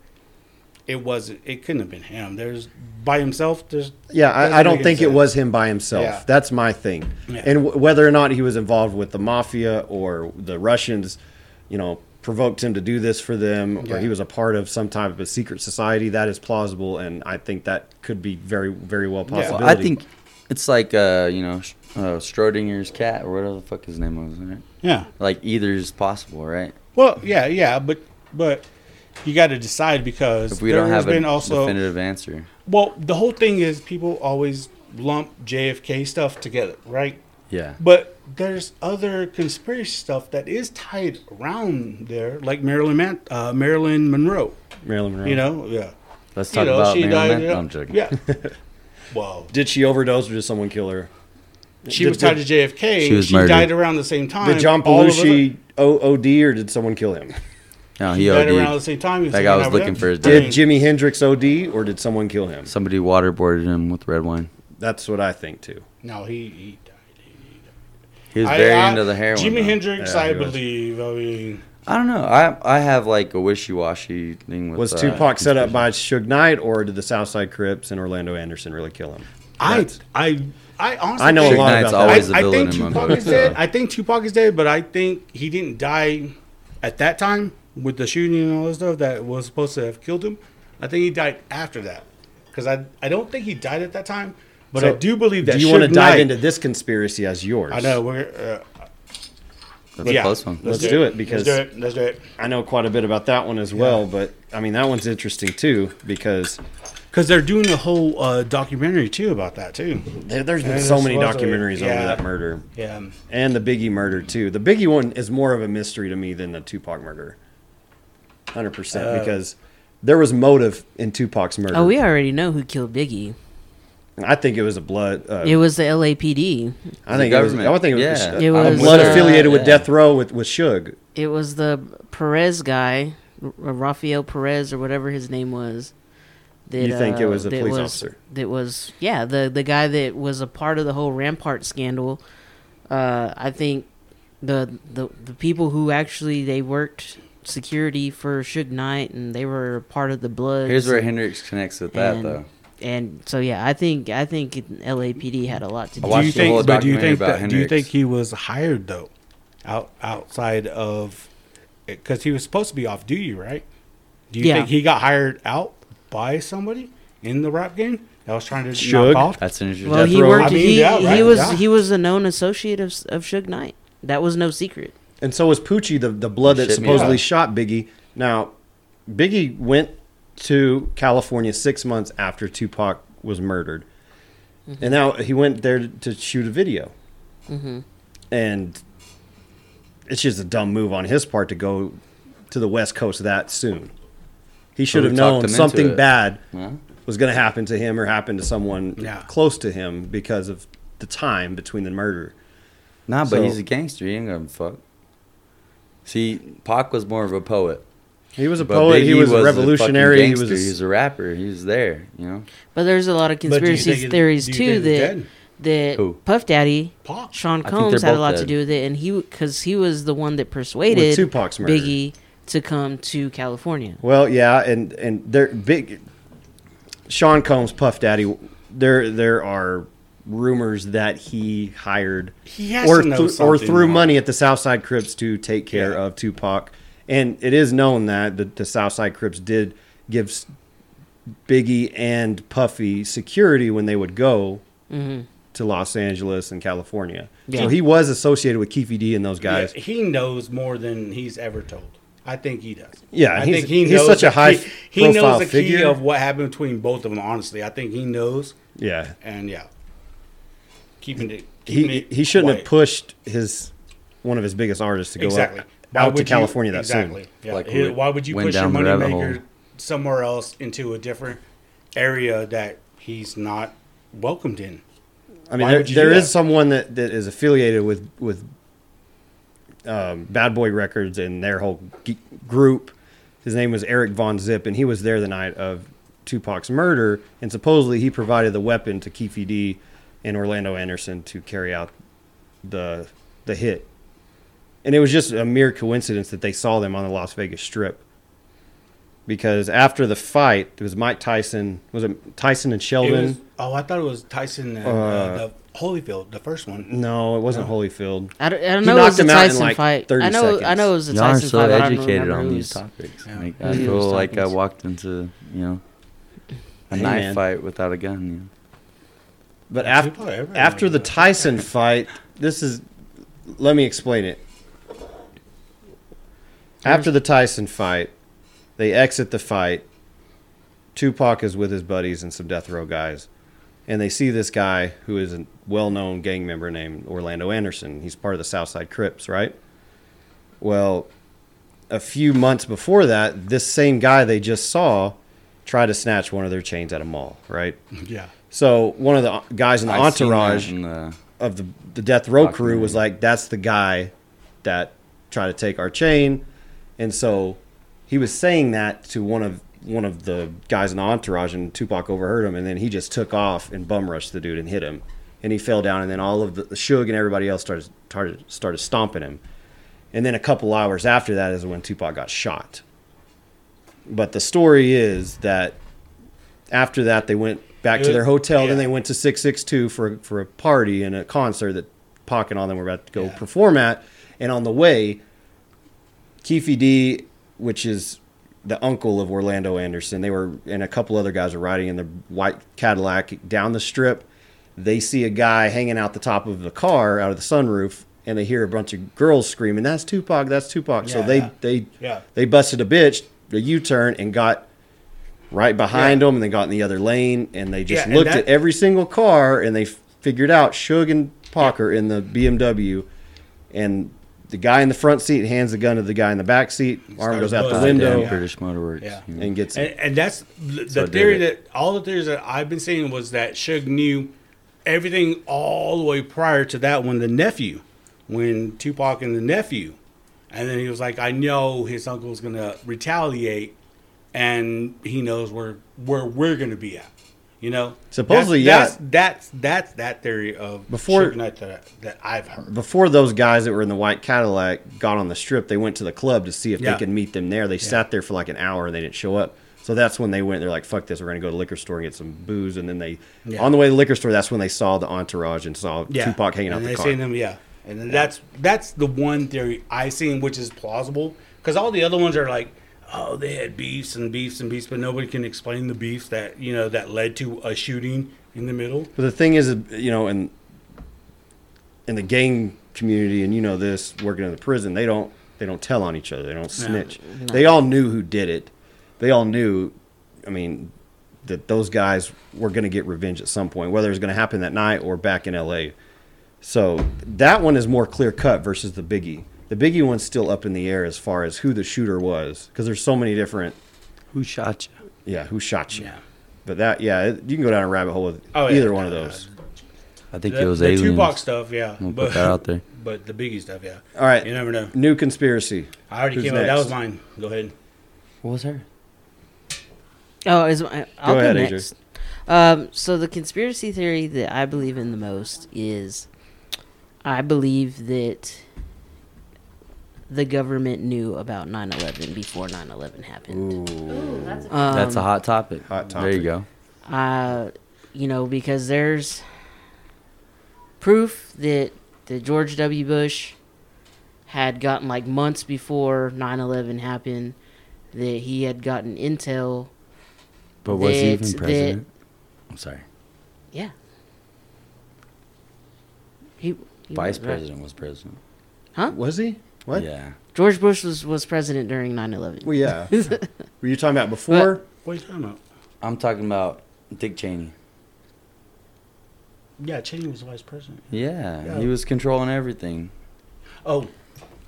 S3: it wasn't it couldn't have been him. There's by himself. There's
S1: Yeah, I,
S3: doesn't
S1: I don't
S3: make
S1: think it
S3: sense.
S1: was him by himself.
S3: Yeah.
S1: That's my thing.
S3: Yeah.
S1: And w- whether or not he was involved with the mafia or the Russians, you know, provoked him to do this for them, or
S3: Yeah.
S1: he was a part of some type of a secret society, that is plausible, and I think that could be very, very well
S3: Yeah.
S1: possible.
S4: Well, I think it's like uh, you know Sh- uh, Schrodinger's cat or whatever the fuck his name was. Right?
S3: yeah.
S4: Like either is possible, right?
S3: Well, yeah, yeah, but but you got to decide because
S4: If we
S3: there
S4: don't
S3: has
S4: have
S3: been
S4: a
S3: also
S4: definitive answer,
S3: well the whole thing is people always lump JFK stuff together, right?
S4: yeah.
S3: But there's other conspiracy stuff that is tied around there, like Marilyn Man- uh, Marilyn Monroe.
S1: Marilyn Monroe.
S3: You know, yeah.
S4: Let's
S3: You
S4: talk
S3: know,
S4: about Marilyn.
S3: you
S4: Man-
S3: know,
S4: No, I'm joking.
S3: Yeah. well,
S1: did she overdose or did someone kill her?
S3: she
S1: Did-
S3: was tied to JFK.
S4: She was
S3: she
S4: murdered.
S3: died around the same time.
S1: Did John
S3: All of us-
S1: Belushi O- OD or did someone kill him?
S4: No,
S3: She
S4: he
S3: died around the
S4: OD'd.
S3: same time.
S4: Uh, That guy was looking for his
S3: dead.
S1: Did Jimi Hendrix OD or did someone kill him?
S4: Somebody waterboarded him with red wine.
S1: That's what I think too.
S3: No, he, he died.
S4: He was
S3: I-
S4: very
S3: I-
S4: into the heroin.
S3: Jimi
S4: though.
S3: Hendrix,
S1: Yeah,
S3: I
S1: he was.
S3: believe. I mean,
S4: I don't know. I I have like a wishy washy thing with.
S1: Was
S4: uh,
S1: Tupac set up
S4: conspiracy.
S1: by Suge Knight, or did the Southside Crips and Orlando Anderson really kill him?
S3: I,
S1: That's-
S3: I, I honestly
S1: I know a
S3: think-
S1: lot
S4: Suge Knight's
S1: about that.
S4: always a
S3: I, I
S4: villain
S3: think
S4: in my
S3: Tupac
S4: book,
S3: is dead.
S4: so.
S3: I think Tupac is dead, but I think he didn't die at that time with the shooting and all this stuff that was supposed to have killed him. I think he died after that because I I don't think he died at that time, but I
S1: So,
S3: do believe that.
S1: Do you want to
S3: Suge
S1: dive
S3: Knight-
S1: into this conspiracy as yours?
S3: I know we're. Uh,
S4: That's
S3: yeah.
S4: a close one.
S1: Let's do it, because-
S3: let's do it. Let's do it.
S1: I know quite a bit about that one as well, but I mean that one's interesting too because
S3: Because they're doing a whole uh, documentary too about that too.
S1: there, there's been
S3: And
S1: so
S3: this
S1: many
S3: was a-
S1: documentaries over
S3: yeah.
S1: that murder
S3: Yeah,
S1: and the Biggie murder too. The Biggie one is more of a mystery to me than the Tupac murder, hundred
S3: Uh,
S1: percent because there was motive in Tupac's murder.
S2: Oh, we already know who killed Biggie.
S1: I think it was a blood. Uh,
S2: It was the LAPD.
S1: I think
S4: The
S1: it was.
S4: government.
S1: I think it was,
S4: Yeah.
S2: It
S1: a
S2: was,
S1: blood
S2: uh,
S1: affiliated with
S4: yeah.
S1: death row with with Suge.
S2: It was the Perez guy, R- Rafael Perez or whatever his name was. That,
S1: You think it
S2: uh,
S1: was a
S2: that
S1: police
S2: was-
S1: officer.
S2: That was yeah the the guy that was a part of the whole Rampart scandal. Uh, I think the the the people who actually they worked security for Suge Knight and they were part of the Bloods.
S4: Here's where Hendrix connects with that
S2: and,
S4: though.
S2: And so yeah, I think I think LAPD had a lot to do.
S4: watched
S3: do you
S4: the whole
S3: think? But do you
S4: documentary
S3: think
S4: about
S3: that? Do you
S4: Hendrix.
S3: think he was hired though, out outside of, because he was supposed to be off duty, right? Do you
S2: Yeah.
S3: think he got hired out by somebody in the rap game that was trying to
S1: Suge?
S3: knock off?
S4: That's an interesting.
S2: Well,
S1: Death
S2: he
S1: row.
S2: worked.
S3: I mean,
S2: he,
S3: yeah,
S2: he
S3: right,
S2: was
S3: yeah.
S2: he was a known associate of of Suge Knight. That was no secret.
S1: And so was Poochie, the, the blood that
S4: Shit me
S1: supposedly
S4: up.
S1: shot Biggie. Now, Biggie went to California six months after Tupac was murdered.
S4: Mm-hmm.
S1: And now he went there to, to shoot a video. And it's just a dumb move on his part to go to the West Coast that soon. He should
S4: we
S1: have
S4: talked him
S1: known
S4: into
S1: something
S4: it.
S1: bad
S4: Yeah.
S1: was going to happen to him or happen to someone
S3: Yeah.
S1: close to him because of the time between the murder.
S4: Nah, but
S1: So-
S4: he's a gangster. He ain't gonna fuck. See, Pac was more of a poet.
S1: He was a
S4: but
S1: poet. He
S4: Biggie
S1: was, a
S4: fucking
S1: revolutionary. He was
S4: gangster,
S1: a
S4: he was a rapper. He was there, you know.
S2: But there's a lot of
S3: you
S2: conspiracy
S3: think it-
S2: theories
S3: do you
S2: too
S3: think it's
S2: that
S3: dead?
S2: that
S4: Who?
S2: Puff Daddy,
S3: Pop.
S2: Sean
S4: they're
S2: Combs had a
S4: both
S2: lot to
S4: dead.
S2: do with it, and he because he was the one that persuaded
S1: Tupac's murder.
S2: Biggie to come to California.
S1: Well, yeah, and and they're big. Sean Combs, Puff Daddy, there there are rumors that he hired
S3: He has
S1: or
S3: to know
S1: th- or
S3: something,
S1: threw
S3: Mark.
S1: money at the Southside Crips to take care
S3: Yeah.
S1: of Tupac, and it is known that the, the Southside Crips did give s- Biggie and Puffy security when they would go. To Los Angeles and California,
S2: Yeah.
S1: so he was associated with Keefy D and those
S3: Yeah,
S1: guys.
S3: he knows more than he's ever told. I think he does.
S1: Yeah,
S3: I
S1: he's-
S3: think he
S1: he's
S3: knows
S1: such a
S3: the
S1: high
S3: key- He knows
S1: profile
S3: the key
S1: figure.
S3: of what happened between both of them. Honestly, I think he knows,
S1: yeah.
S3: and yeah, keeping it. Keeping
S1: he
S3: it
S1: he shouldn't have
S3: quiet.
S1: pushed his one of his biggest artists to go
S3: exactly.
S1: out,
S3: Why
S1: out to
S3: would you-
S1: California that
S3: exactly.
S1: soon.
S3: Yeah.
S4: Like,
S3: Here-
S4: we
S3: why would you
S4: went
S3: push your
S4: down the rabbit
S3: moneymaker
S4: hole.
S3: somewhere else into a different area that he's not welcomed in?
S1: I mean,
S3: Why
S1: there,
S3: would you
S1: there
S3: do
S1: is
S3: that?
S1: someone that, that is affiliated with with um, Bad Boy Records and their whole g- group. His name was Eric Von Zip, and he was there the night of Tupac's murder. And supposedly, he provided the weapon to Keefe D and Orlando Anderson to carry out the the hit. And it was just a mere coincidence that they saw them on the Las Vegas Strip. Because after the fight, it was Mike Tyson. Was it Tyson and
S3: It
S1: Sheldon?
S3: was- oh, I thought it was Tyson and uh,
S1: Uh,
S3: the Holyfield, the first one.
S1: No, it wasn't Holyfield.
S2: I don't, I don't
S1: He
S2: know. It was
S1: knocked
S2: a
S1: him out in,
S2: Tyson
S1: like,
S2: fight.
S1: 30
S2: I know. I
S1: seconds.
S2: know it was a
S4: Y'all are
S2: Tyson
S4: so
S2: fight. but I don't
S4: educated
S2: remember
S4: on
S2: who
S4: these
S2: was-
S4: topics.
S3: Yeah.
S4: Like,
S2: Who
S4: I
S2: he
S4: feel
S2: was
S4: like I
S2: talking to.
S4: walked into, you know, a
S1: Hey,
S4: knife
S1: man.
S4: fight without a gun. You know?
S1: But
S3: That's
S1: after
S3: who I ever
S1: after the
S3: remember.
S1: Tyson fight, this is. Let me explain it. After the Tyson fight, they exit the fight. Tupac is with his buddies and some death row guys, and they see this guy who is a well-known gang member named Orlando Anderson. He's part of the Southside Crips, right? Well, a few months before that, this same guy they just saw tried to snatch one of their chains at a mall, right?
S3: Yeah.
S1: So one of the uh, guys in the
S4: I've seen that
S1: entourage
S4: in the-
S1: of the the death row crew was
S4: Documentary.
S1: like, "That's the guy that tried to take our chain," and so he was saying that to one of one of the guys in the entourage, and Tupac overheard him, and then he just took off and bum rushed the dude and hit him, and he fell down, and then all of the, the Suge and everybody else started started started stomping him, and then a couple hours after that is when Tupac got shot. But the story is that after that they went back
S3: It
S1: to
S3: was-
S1: their hotel,
S3: yeah.
S1: then they went to six six two for for a party and a concert that Pac and all them were about to go
S3: Yeah.
S1: perform at, and on the way, Keefe D, which is the uncle of Orlando Anderson, they were and a couple other guys were riding in the white Cadillac down the strip. They see a guy hanging out the top of the car out of the sunroof, and they hear a bunch of girls screaming, "That's Tupac! That's Tupac!" So
S3: Yeah,
S1: they
S3: yeah.
S1: they
S3: Yeah.
S1: they busted a bitch, a U turn, and got right behind them, and they got in the other lane, and they just
S3: Yeah, and
S1: looked
S3: that-
S1: at every single car, and they f- figured out Suge and Parker in the BMW, and the guy in the front seat hands the gun to the guy in the back seat, arm
S3: Starts
S1: goes out the
S3: buzzing.
S1: window,
S4: Goddamn British Motorworks.
S3: Yeah.
S4: you know.
S1: and gets
S3: And, and that's the
S4: So I
S3: the
S4: did
S3: theory
S4: it.
S3: that all the theories that I've been seeing was that Suge knew everything all the way prior to that when the nephew, when Tupac and the nephew, and then he was like, I know his uncle's gonna retaliate, and he knows where where we're gonna be at, you know.
S1: Supposedly,
S3: that's,
S1: yeah.
S3: That's, that's that's that theory of
S1: Before-
S3: Suge Knight that, that I've heard.
S1: before those guys that were in the white Cadillac got on the strip, they went to the club to see if
S3: Yeah.
S1: they could meet them there. They sat there for like an hour and they didn't show up. So that's when they went. They're like, "Fuck this! We're gonna go to the liquor store and get some booze." And then they,
S3: Yeah.
S1: on the way to the liquor store, that's when they saw the entourage and saw
S3: yeah.
S1: Tupac hanging out
S3: and
S1: the
S3: they
S1: car.
S3: seen them, yeah. And then that's that's the one theory I seen, which is plausible, because all the other ones are like, oh, they had beefs and beefs and beefs, but nobody can explain the beefs that you know that led to a shooting in the middle.
S1: But the thing is, you know, in in the gang community, and you know this, working in the prison, they don't they don't tell on each other. They don't snitch. They all knew who did it. They all knew. I mean, that those guys were going to get revenge at some point, whether it was going to happen that night or back in L.A. So that one is more clear cut versus the Biggie. The Biggie one's still up in the air as far as who the shooter was, because there's so many different.
S4: Who shot you?
S1: Yeah, who shot you?
S3: Yeah.
S1: But that, yeah, it- you can go down a rabbit hole with
S3: Oh, yeah.
S1: either one of
S3: Uh,
S1: those.
S4: I think
S3: The,
S4: it was
S3: the
S4: aliens.
S3: Tupac stuff, yeah,
S4: I'm gonna
S3: but
S4: put that out there.
S3: but the Biggie stuff, yeah.
S1: All right.
S3: you never know.
S1: New conspiracy.
S3: I already
S1: Who's
S3: came up. That was
S1: next?
S3: mine. Go ahead.
S4: What was her?
S2: Oh, is my, I'll
S1: Go
S2: go,
S1: ahead, AJ.
S2: next. Um, so the conspiracy theory that I believe in the most is, I believe that the government knew about 9-11 before 9-11 happened.
S1: Ooh.
S5: that's a-
S2: Um,
S4: That's a hot topic.
S1: Hot
S4: There
S1: topic.
S4: you go.
S2: uh, you know, because there's proof that that George W. Bush had gotten like months before 9/11 happened that he had gotten intel.
S4: But was he
S2: That-
S4: even
S2: that-
S4: president? I'm sorry.
S2: Yeah, he, he
S4: Vice
S2: was right.
S4: president was president.
S1: Was he? What?
S4: Yeah.
S2: George Bush was was president during 9/11.
S1: Well, yeah. Were you talking about before?
S3: What are you talking about?
S4: I'm talking about Dick Cheney.
S3: Yeah, Cheney was vice president.
S4: Yeah,
S3: Yeah.
S4: he was controlling everything.
S3: Oh,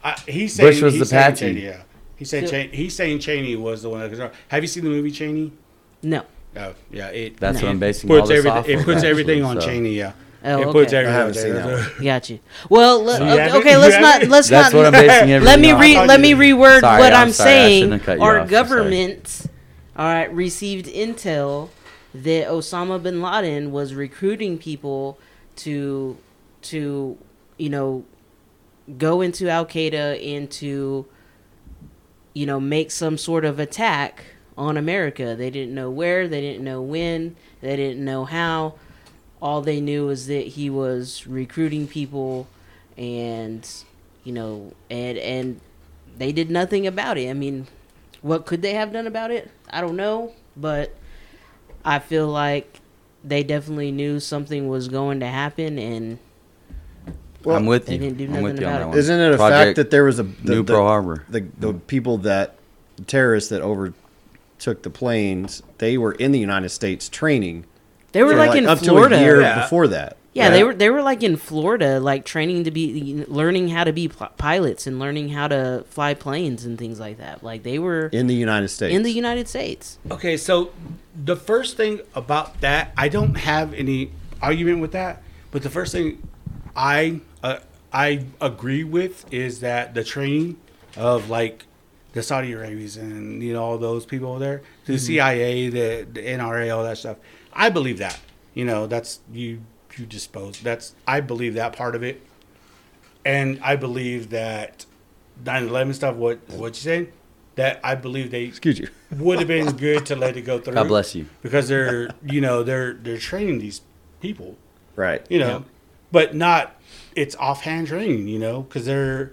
S3: I, he's saying
S4: Bush was
S3: he's
S4: the
S3: saying
S4: patsy.
S3: Cheney, yeah, he's saying
S2: So-
S3: Cheney, he's saying Cheney was the one. that control- Have you seen the movie Cheney?
S2: No.
S3: Oh, yeah. It
S4: That's
S3: it
S4: what I'm basing all
S3: puts
S4: this
S3: everything.
S4: off
S3: It
S4: of,
S3: puts everything
S4: actually,
S3: on
S4: so.
S3: Cheney. Yeah.
S2: Oh,
S3: It puts
S2: okay.
S3: everything.
S1: I haven't
S3: there.
S1: seen that one.
S2: Got you. Well, le-
S3: you
S2: okay,
S3: have it?
S2: okay,
S3: You
S2: let's
S3: have
S2: not
S3: it?
S2: let's
S4: That's
S2: not
S4: what I'm basing everything
S2: let me
S4: off.
S2: re
S3: I thought
S2: let me
S3: you-
S2: reword
S4: Sorry,
S2: what I'm,
S4: I'm sorry, I shouldn't
S2: saying.
S4: have cut you
S2: Our
S4: off, I'm sorry.
S2: government, all right, received intel that Osama bin Laden was recruiting people to to you know go into Al Qaeda and to you know make some sort of attack on America. They didn't know where, they didn't know when, they didn't know how. All they knew is that he was recruiting people and you know and and they did nothing about it. I mean, what could they have done about it? I don't know, but I feel like they definitely knew something was going to happen and
S1: Well,
S4: I'm with
S2: they
S4: you.
S2: didn't do
S4: I'm with
S2: nothing
S4: you on
S2: about
S4: that
S2: it.
S4: one.
S1: Isn't it a fact
S4: Project
S1: that there was a the,
S4: New
S1: the,
S4: Pearl Harbor?
S1: the the people that terrorists that overtook the planes? They were in the United States training.
S2: they were
S1: for,
S2: like, in
S1: up
S2: Florida.
S1: to a year
S3: Yeah.
S1: before that.
S2: Yeah, they
S1: right?
S2: were they were like in Florida, like training to be learning how to be pl- pilots and learning how to fly planes and things like that. Like they were
S1: in the United States.
S2: in the United States.
S3: Okay, so the first thing about that, I don't have any argument with that, but the first thing I uh, I agree with is that the training of like the Saudi Arabians and you know all those people over there, the
S1: Mm-hmm.
S3: CIA, the, the NRA, all that stuff. I believe that. You know, that's you you dispose. That's I believe that part of it. And I believe that 9/11 stuff what what you saying? That I believe they
S1: Excuse you.
S3: would have been good to let it go through.
S4: God bless you.
S3: Because they're you know they're they're training these people,
S1: Right.
S3: you know, but not it's offhand training, you know, because they're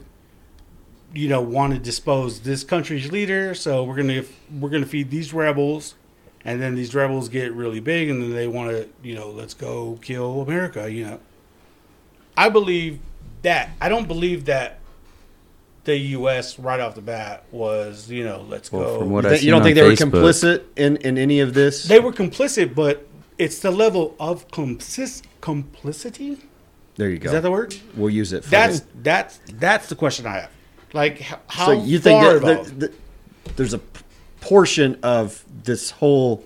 S3: you know want to dispose this country's leader, so we're gonna we're gonna feed these rebels, and then these rebels get really big, and then they want to you know let's go kill America, you know. I believe that I don't believe that. The U.S. right off the bat was, you know, let's
S4: Well,
S3: go.
S4: from what
S1: You,
S4: I
S1: think- you don't think they
S4: Facebook,
S1: were complicit in, in any of this?
S3: They were complicit, but it's the level of complis- complicity.
S1: there you go.
S3: Is that the word?
S1: we'll use it. For
S3: That's
S1: this.
S3: that's that's the question I have. Like h- how
S1: so you think
S3: far
S1: that, that-
S3: involved?
S1: that there's a p- portion of this whole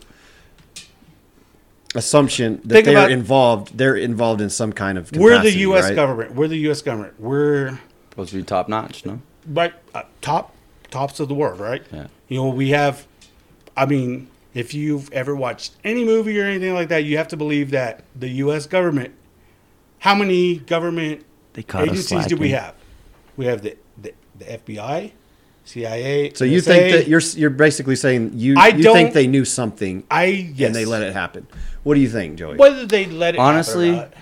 S1: assumption that
S3: Think
S1: they're
S3: about-
S1: involved. They're involved in some kind of.
S3: we're the
S1: capacity,
S3: U.S.
S1: right?
S3: government. We're the U.S. government. We're
S4: supposed to be top notch, no?
S3: right uh, top tops of the world, right?
S4: Yeah.
S3: You know we have. I mean, if you've ever watched any movie or anything like that, you have to believe that the U.S. government. How many government
S4: They caught us
S3: agencies do we
S4: slacking.
S3: have? We have the the, the FBI, CIA.
S1: So you think that you're you're basically saying you
S3: I
S1: you
S3: don't-
S1: think they knew something
S3: I yes.
S1: and they let it happen. What do you think, Joey?
S3: Whether they let it happen or
S4: Honestly,
S3: not.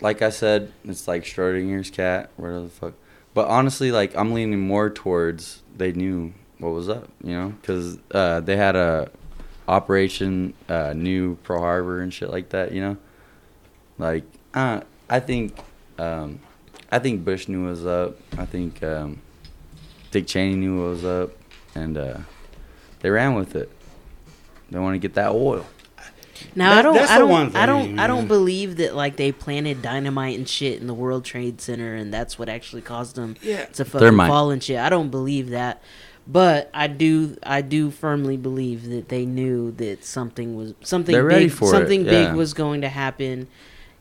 S4: like I said, it's like Schrodinger's cat, whatever the fuck. But honestly, like I'm leaning more towards they knew what was up, you know, because uh, they had a operation uh, New Pearl Harbor and shit like that, you know. Like uh, I think, um, I think Bush knew what was up. I think um, Dick Cheney knew what was up, and uh, they ran with it. They want to get that oil.
S2: Now I
S3: That-
S2: don't
S3: that's
S2: I
S3: the
S2: don't
S3: one
S2: I don't
S3: thing,
S2: I don't
S3: man.
S2: believe that like they planted dynamite and shit in the World Trade Center and that's what actually caused them
S3: Yeah.
S2: to fucking
S4: Thermite.
S2: fall and shit. I don't believe that. But I do I do firmly believe that they knew that something was something
S4: They're
S2: big
S4: ready for it,
S2: something
S4: yeah.
S2: big was going to happen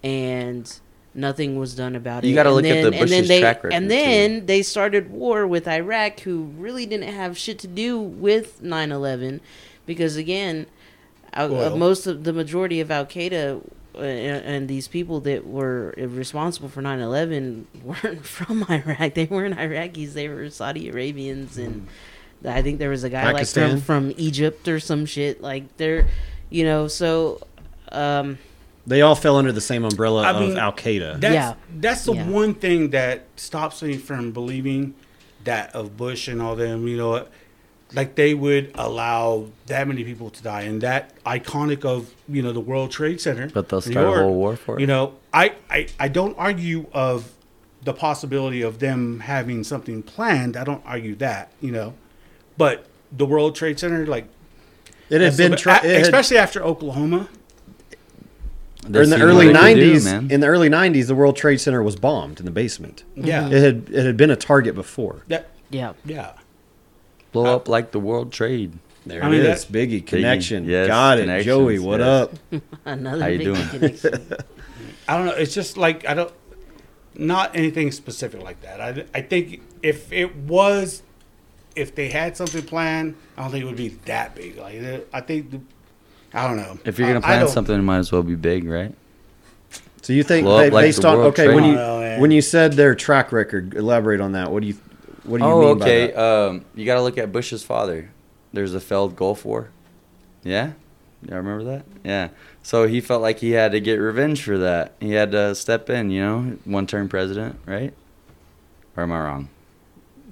S2: and nothing was done about it.
S4: You gotta
S2: And
S4: look at the
S2: then- and then
S4: Bush's
S2: they-
S4: track record,
S2: And then they started war with Iraq who really didn't have shit to do with 9/11 because again out
S3: Oil.
S2: of most of the majority of Al Qaeda uh, and, and these people that were responsible for 9/11 weren't from Iraq. They weren't Iraqis. They were Saudi Arabians, and I think there was a guy
S1: Pakistan?
S2: like from, from Egypt or some shit. Like they're, you know, so um,
S1: They all fell under the same umbrella
S3: I
S1: of
S3: mean,
S1: Al Qaeda.
S3: That's,
S2: Yeah.
S3: that's the
S2: Yeah.
S3: one thing that stops me from believing that of Bush and all them, you know, like they would allow that many people to die and that iconic of, you know, the World Trade Center.
S4: But they'll
S3: New
S4: start a
S3: York,
S4: whole war for it.
S3: You know, I, I, I don't argue of the possibility of them having something planned. I don't argue that, you know, but the World Trade Center, like,
S1: It had been,
S3: especially
S1: tri- it had-
S3: especially after Oklahoma.
S1: Or in the
S4: seen what
S1: early
S4: they could do,
S1: '90s,
S4: man.
S1: in the early '90s, the World Trade Center was bombed in the basement.
S3: Yeah.
S1: It had it had been a target before.
S3: That,
S2: Yeah.
S3: yeah.
S4: Blow up like the World Trade.
S1: There
S3: I
S1: it
S3: mean,
S1: is,
S3: that-
S1: Biggie connection.
S4: yes,
S1: Got it,
S4: connections,
S1: Joey. What
S4: yes.
S1: up?
S2: Another
S4: How you
S2: big
S4: doing?
S2: connection.
S3: I don't know. It's just like I don't, not anything specific like that. I, I think if it was, if they had something planned, I don't think it would be that big. Like uh, I think, the- I don't know.
S4: If you're gonna
S3: I- I
S4: plan
S3: don't-
S4: something, it might as well be big, right?
S1: So you think
S4: Blow up
S1: ba-
S4: like
S1: based
S4: the
S1: on
S4: World
S1: okay
S4: Trade
S1: when you
S3: Center. Oh, man.
S1: when you said their track record, elaborate on that. What do you what do you
S4: Oh,
S1: mean
S4: okay.
S1: by that?
S4: Um, you got to look at Bush's father. There's a failed Gulf War. Yeah, I remember that. Yeah. So he felt like he had to get revenge for that. He had to step in. You know, one-term president, right? Or am I wrong?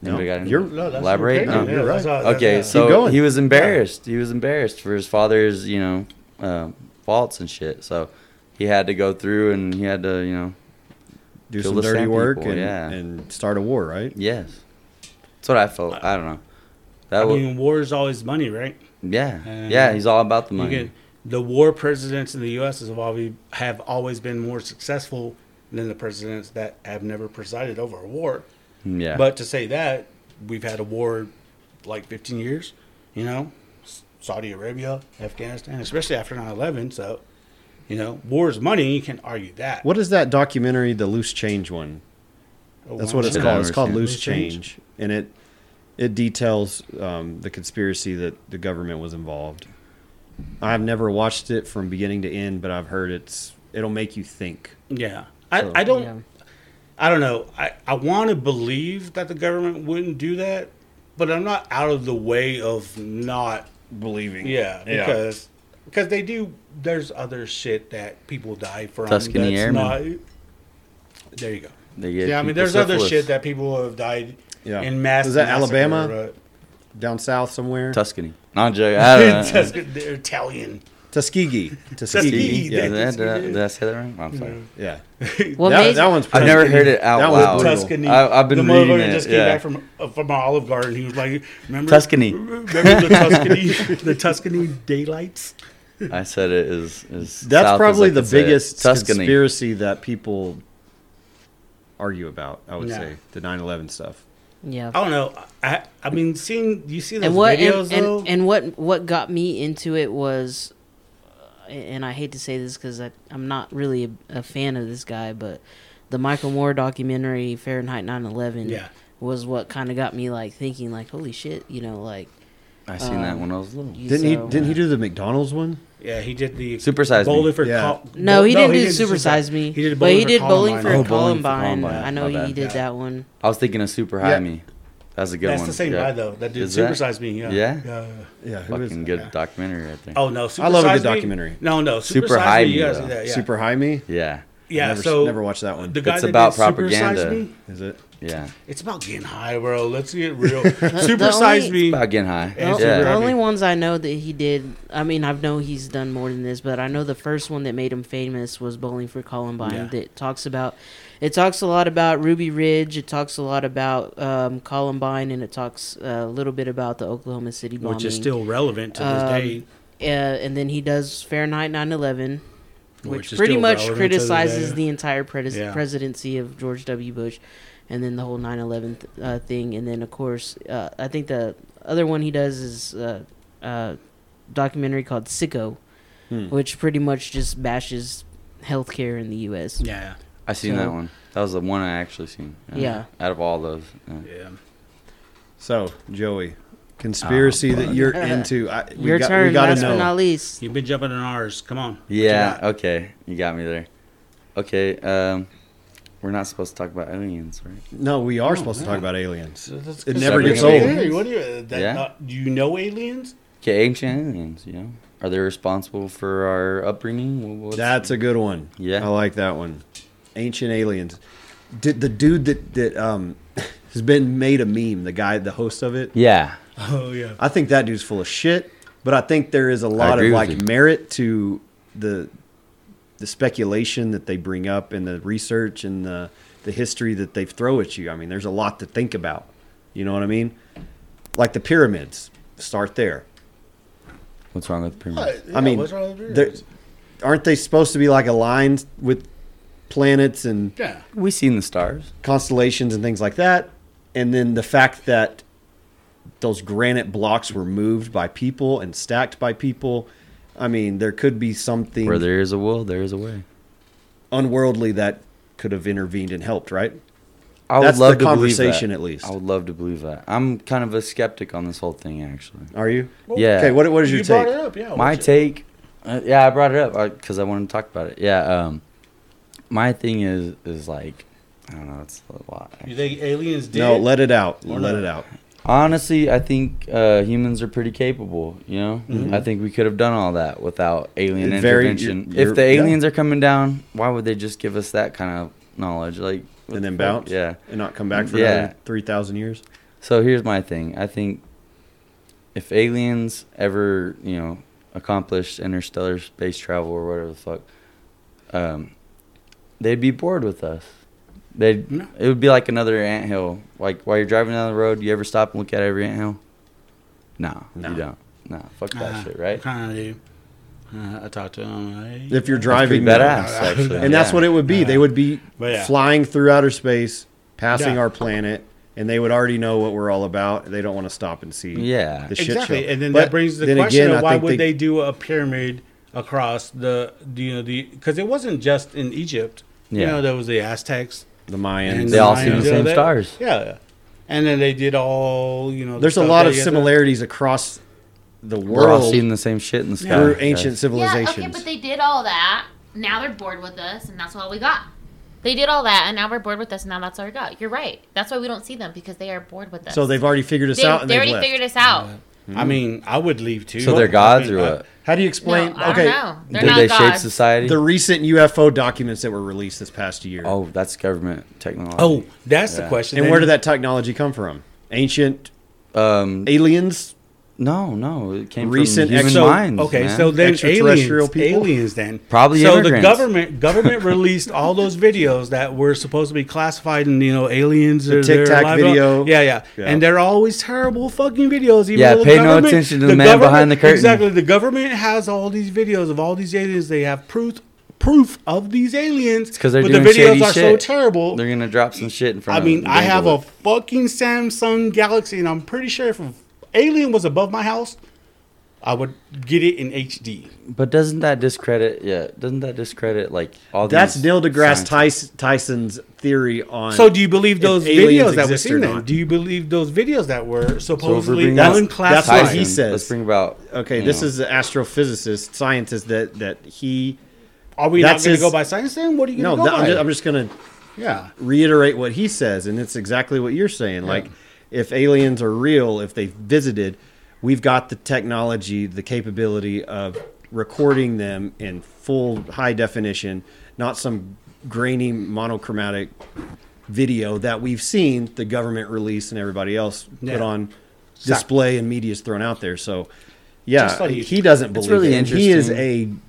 S1: No,
S4: Anybody got any-
S1: you're-
S3: No, that's
S4: elaborate.
S3: okay.
S4: No.
S1: you're
S3: that's
S1: right.
S3: all- that's
S4: Okay,
S3: all.
S1: Keep
S4: so
S1: going.
S4: he was embarrassed. He was embarrassed for his father's, you know, uh, faults and shit. So he had to go through and he had to, you know,
S1: Do
S4: kill
S1: some
S4: the
S1: dirty
S4: Sam
S1: work
S4: people,
S1: and,
S4: yeah.
S1: and start a war, right?
S4: yes. That's what I felt. I don't know. That
S3: I
S4: was
S3: mean, war is always money, right?
S4: yeah,
S3: uh,
S4: yeah. He's all about the
S3: You
S4: money.
S3: can, the war presidents in the U.S. have always, have always been more successful than the presidents that have never presided over a war.
S4: yeah,
S3: But to say that, we've had a war like 15 years, you know, S- Saudi Arabia, Afghanistan, especially after 9 11. So, you know, war is money. You can't argue that.
S1: What is that documentary, the Loose Change one?
S3: Oh,
S1: That's
S3: wow.
S1: what it's
S4: I've
S1: called.
S4: never
S1: It's called
S4: seen it.
S1: Loose
S3: Loose Change?
S1: Change, and it it details um, the conspiracy that the government was involved. I've never watched it from beginning to end, but I've heard it's it'll make you think.
S3: Yeah. I,
S1: So-
S3: I don't.
S2: Yeah.
S3: I don't know. I, I want to believe that the government wouldn't do that, but I'm not out of the way of not
S1: Believing,
S3: Yeah, because because they do. There's other shit that people die from.
S4: Tuscany
S3: that's
S4: Airmen.
S3: not- There you go.
S4: they
S3: Yeah,
S4: get
S3: I mean,
S4: people
S3: there's other
S4: syphilis.
S3: shit that people have died
S1: Yeah.
S3: in mass.
S1: Was that
S3: massacre,
S1: Alabama?
S3: but-
S1: down south somewhere,
S4: Tuscany. Not joking. I don't know.
S3: Tus- they're Italian.
S1: Tuskegee, Tuskegee,
S3: Tuskegee,
S1: yeah,
S4: Did I- did I- did I say that wrong? I'm sorry.
S1: yeah.
S2: What
S1: that,
S2: made-
S1: that one's.
S4: I've never heard it out
S1: That was
S4: loud.
S1: brutal.
S3: Tuscany.
S4: I- I've been
S3: the
S4: reading
S3: motherfucker
S4: it,
S3: just came
S4: yeah.
S3: back from uh, from Olive Garden. He was like, "Remember
S4: Tuscany.
S3: Remember the Tuscany, the Tuscany daylights."
S4: I said it is is.
S1: That's
S4: south as
S1: probably
S4: I
S1: the
S4: could say it.
S1: biggest
S4: Tuscany.
S1: conspiracy that people argue about. I would
S3: Yeah.
S1: say the 9/11 stuff.
S2: Yeah.
S3: I don't know. I I mean, seeing you see those
S2: and what
S3: videos
S2: and,
S3: though.
S2: and, and what what got me into it was uh, and i hate to say this because i'm not really a, a fan of this guy but the michael moore documentary fahrenheit 9-11
S3: Yeah.
S2: was what kind of got me like thinking like holy shit you know like
S4: I seen
S3: Um,
S4: that when I was little.
S2: you-
S1: Didn't he?
S2: so-
S1: Didn't he do the McDonald's one?
S3: yeah, he did the
S4: Supersize Me.
S3: bowling for
S1: Yeah.
S3: Col-
S2: no, he didn't do
S3: did
S2: Super Size Me.
S3: He did
S2: but
S3: bowling
S2: he
S3: for
S2: did bowling for
S3: Columbine.
S4: Oh, Bowling for
S2: Columbine.
S4: Columbine.
S2: I know
S4: My
S2: he
S4: bad.
S2: did
S3: Yeah.
S2: that one.
S4: I was thinking of Super High
S1: Yeah.
S4: Me. That's a good
S3: That's
S4: one.
S3: the same
S4: yeah.
S3: guy though. That dude
S4: Is that-
S3: Supersize Me. Yeah.
S4: Yeah?
S1: Yeah, who is
S4: Fucking
S1: that?
S4: good documentary right there.
S3: Oh no,
S1: I love a good
S3: Supersize Me-
S1: documentary.
S3: No, no,
S4: Super
S3: Supersize
S4: High
S3: Me,
S4: Me,
S3: you guys
S4: though.
S3: do that, yeah.
S1: Super High Me.
S4: Yeah,
S3: Yeah,
S1: never,
S3: so
S1: never watched that one.
S3: The guy
S4: It's
S3: that
S4: about
S3: did Supersize
S4: propaganda.
S3: Me,
S1: Is it?
S4: yeah.
S3: it's about getting high, bro. Let's get real. Supersize
S2: only-
S3: Me.
S4: About getting high.
S3: And
S2: Well,
S3: Super
S4: yeah.
S2: The
S3: High Me.
S2: only ones I know that he did, I mean, I know he's done more than this, but I know the first one that made him famous was Bowling for Columbine.
S3: Yeah.
S2: That talks about, it talks a lot about Ruby Ridge, it talks a lot about um, Columbine, and it talks uh, a little bit about the Oklahoma City bombing.
S3: Which is still relevant to this
S2: Um,
S3: day.
S2: Uh, and then he does Fahrenheit 9 11,
S3: Which
S2: which,
S3: is
S2: pretty
S3: still
S2: much
S3: relevant to
S2: criticizes
S3: today.
S2: the entire pres-
S3: Yeah.
S2: presidency of George W. Bush and then the whole 9 11 th- uh, thing. And then, of course, uh, I think the other one he does is a uh, uh, documentary called Sicko,
S1: Hmm.
S2: which pretty much just bashes healthcare in the U.S.
S3: Yeah.
S4: I seen
S2: So-
S4: that one. That was the one I actually seen.
S2: Yeah.
S4: Out of all those. yeah.
S3: Yeah.
S1: So Joey, conspiracy
S4: Oh,
S1: that
S4: fuck.
S1: you're into. I, we
S2: Your
S1: got,
S2: turn,
S1: We gotta
S2: last
S1: know.
S2: but not least.
S3: You've been jumping on ours. Come on. What you
S4: Yeah.
S3: got?
S4: Okay. You got me there. Okay. Um, we're not supposed to talk about aliens, right?
S1: No, we are
S3: Oh,
S1: supposed to
S3: man.
S1: talk about aliens.
S3: That's
S1: It never
S4: gets
S3: conspiracy
S4: old.
S3: theory. What do you, that,
S4: Yeah.
S3: uh, do you know aliens?
S4: Okay. Ancient aliens. You know, are they responsible for our upbringing? Wha- What's,
S1: That's a good one.
S4: Yeah.
S1: I like that one. Ancient aliens. Did the dude that that um has been made a meme? The guy, the host of it.
S4: Yeah.
S3: Oh yeah.
S1: I think that dude's full of shit, but I think there is a lot
S4: agree
S1: of
S4: with
S1: like
S4: you.
S1: merit to the the speculation that they bring up and the research and the the history that they throw at you. I mean, there's a lot to think about. You know what I mean? Like the pyramids. Start there.
S4: What's wrong with the pyramids?
S1: I mean,
S3: what's wrong with
S1: there-
S3: pyramids?
S1: aren't they supposed to be like aligned with planets and
S3: Yeah.
S4: We seen the stars.
S1: constellations and things like that. And then the fact that those granite blocks were moved by people and stacked by people. I mean, there could be something
S4: Where there is a will, there is a way.
S1: unworldly that could have intervened and helped, right?
S4: I would
S1: That's
S4: love
S1: the
S4: to believe
S1: conversation,
S4: that.
S1: at least.
S4: I would love to believe that. I'm kind of a skeptic on this whole thing, actually.
S1: Are you?
S4: yeah.
S1: Okay, what, what is your
S3: you brought it
S1: take?
S3: up, yeah.
S4: my
S3: what's it-
S4: take uh, yeah i brought it up because i wanted to talk about it yeah um my thing is is like i don't know it's a lot
S3: You think aliens did?
S1: No, let it out.
S3: Or
S1: let
S3: no?
S1: it out.
S4: honestly i think uh humans are pretty capable you know i think we could have done all that without alien
S1: Mm-hmm. It very-
S4: intervention
S1: you're-
S4: if the
S1: you're- yeah.
S4: aliens are coming down why would they just give us that kind of knowledge like what
S1: And
S4: the
S1: then
S4: fuck?
S1: bounce?
S4: yeah
S1: And not come back for
S4: Yeah.
S1: another 3,000 years?
S4: So here's my thing. I think if aliens ever, you know, accomplished interstellar space travel or whatever the fuck, um, they'd be bored with us. They'd
S3: No.
S4: it would be like another anthill. Like while you're driving down the road, you ever stop and look at every anthill? No,
S1: No.
S4: you don't. No, fuck that
S1: Uh-huh.
S3: Uh,
S4: shit, right?
S3: Kind of do. Uh, I talked to him. Hey,
S1: If you're
S4: That's
S1: driving.
S4: pretty badass,
S3: Yeah.
S4: actually.
S1: And that's
S4: Yeah.
S1: what it would be. They would be
S3: But yeah.
S1: flying through outer space, passing
S3: Yeah.
S1: our planet, and they would already know what we're all about. They don't want to stop and see.
S4: Yeah.
S1: the shit
S3: exactly,
S1: show.
S3: and then
S1: But
S3: that brings the
S1: then
S3: question
S1: again, I
S3: of why
S1: think
S3: would they, do a pyramid across the the- you know the because it wasn't just in Egypt. You
S4: Yeah.
S3: know, there was the Aztecs.
S1: the Mayans?
S4: They all see
S3: Mayans,
S4: the
S3: you know,
S4: same
S3: they-
S4: stars.
S3: Yeah, yeah. And then they did all you know. the
S1: There's a
S3: stuff
S1: lot
S3: that
S1: of
S3: you had to-
S1: similarities across the
S4: We're all
S1: world
S4: seeing the same shit in the sky.
S1: through
S4: guys.
S1: ancient
S5: Yeah,
S1: civilizations.
S5: okay, but they did all that. Now they're bored with us, and that's all we got. They did all that, and now we're bored with us. And now that's all we got. You're right. That's why we don't see them because they are bored with us.
S1: so they've already figured us
S5: they,
S1: out and
S5: they
S1: they've
S5: already
S1: left.
S5: figured us out.
S3: I mean, I would leave too.
S4: So they're gods
S3: I mean,
S4: or
S3: I-
S4: what?
S1: How do you
S5: No,
S1: explain?
S5: I
S1: okay,
S5: don't know. They're
S4: Did
S5: not
S4: they shape
S5: gods.
S4: society?
S1: the recent UFO documents that were released this past year.
S4: oh, that's government technology.
S3: Oh, that's the
S4: Yeah.
S3: question.
S1: and
S3: Then
S1: where did that technology come from? Ancient
S4: um,
S1: aliens?
S4: No, no, it came
S1: Recent
S4: from human
S1: ex-
S3: so,
S4: minds.
S3: Okay,
S4: man.
S3: so then
S1: Extraterrestrial
S3: aliens,
S1: people?
S3: aliens then
S4: Probably
S3: So the
S4: immigrants.
S3: government government released all those videos that were supposed to be classified and you know aliens. The
S1: Tic Tac video.
S3: Yeah, yeah,
S1: Yeah.
S3: and they're always terrible fucking videos. Even
S4: Yeah,
S3: though
S4: pay no attention to the man
S3: government-
S4: behind the curtain.
S3: Exactly, the government has all these videos of all these aliens. They have proof proof of these aliens
S4: 'cause they're
S3: but
S4: doing
S3: the
S4: shady
S3: videos are so
S4: shit.
S3: terrible.
S4: they're gonna drop some shit in front.
S3: I
S4: of
S3: mean,
S4: them.
S3: I have a
S4: Dangle
S3: fucking Samsung Galaxy, and I'm pretty sure if an alien was above my house, I would get it in HD.
S4: it. But doesn't that discredit? Yeah, doesn't that discredit like all?
S1: That's
S4: these
S1: Neil deGrasse
S4: scientists?
S1: Tys- Tyson's theory on.
S3: So, do you believe those
S1: aliens
S3: videos that were
S1: exist or
S3: seen then?
S1: not.
S3: Do you believe those videos that were
S4: So if we're
S3: supposedly
S4: being-
S1: that's what
S3: unclassified?
S1: he
S4: Tyson,
S1: says.
S4: Let's bring about.
S1: okay,
S4: you
S1: this
S4: know,
S1: is an astrophysicist, scientist that that he.
S3: are we
S1: that's
S3: not going
S1: his-
S3: to go by science then? What are you
S1: No,
S3: going to
S1: that,
S3: go by?
S1: I'm, just, I'm just gonna
S3: yeah,
S1: reiterate what he says, and it's exactly what you're saying. Like, if aliens are real, if they visited, we've got the technology, the capability of recording them in full high definition, not some grainy monochromatic video that we've seen the government release and everybody else
S3: Yeah.
S1: put on
S3: Exactly.
S1: display and media's thrown out there. So, yeah,
S3: Just like-
S1: he doesn't believe
S4: really
S1: it. And He is a
S4: interesting.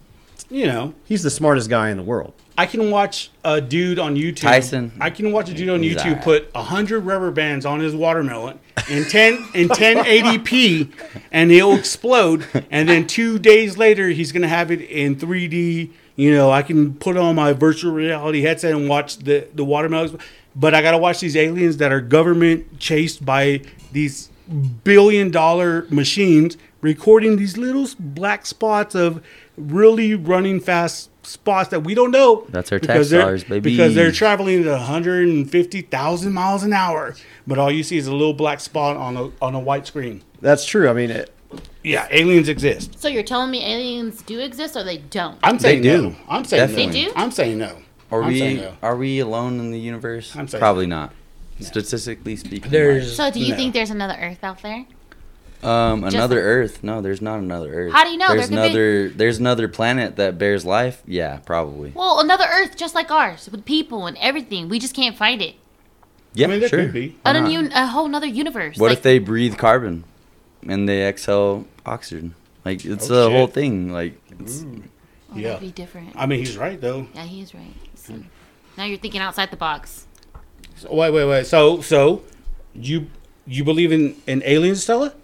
S3: you know,
S1: he's the smartest guy in the world.
S3: I can watch a dude on YouTube.
S4: Tyson.
S3: I can watch a dude on
S4: He's
S3: YouTube
S4: alright.
S3: put hundred rubber bands on his watermelon in ten in ten eighty p, and he'll explode. And then two days later, he's gonna have it in three D. You know, I can put on my virtual reality headset and watch the the watermelons. But I gotta watch these aliens that are government chased by these billion dollar machines recording these little black spots of really running fast spots that we don't know
S4: That's our
S3: because
S4: tax
S3: they're-
S4: dollars, baby.
S3: Because they're traveling at 150,000 miles an hour, but all you see is a little black spot on a on a white screen.
S1: That's true. I mean, it,
S3: Yeah, aliens exist.
S5: So you're telling me aliens do exist or they don't?
S3: I'm saying
S4: do.
S3: no. I'm saying no.
S4: Definitely.
S5: They do?
S3: I'm saying no.
S4: Are
S3: I'm saying
S4: we
S3: no.
S4: are we alone in the universe?
S3: I'm saying-
S4: Probably not. Statistically speaking,
S5: So do you
S3: no.
S5: think there's another Earth out there?
S4: um another
S5: like-
S4: Earth. No, there's not another Earth.
S5: How do you know? There
S4: There's
S5: could be-
S4: another. There's another planet that bears life. Yeah, probably.
S5: Well, another Earth just like ours with people and everything. We just can't find it.
S4: Yeah,
S3: I mean, there
S4: sure.
S3: could be.
S4: Why
S5: An
S4: not?
S5: immune, a whole nother universe.
S4: Uh-huh. What
S5: like,
S4: if they breathe carbon and they exhale oxygen? Like it's the
S3: shit.
S4: whole thing. Like it's,
S5: oh,
S3: Yeah.
S5: That'd be different.
S3: I mean, he's right though.
S5: yeah, he's right. See. Now you're thinking outside the box.
S3: So, wait, wait, wait. So, so you you believe in in aliens, Stella?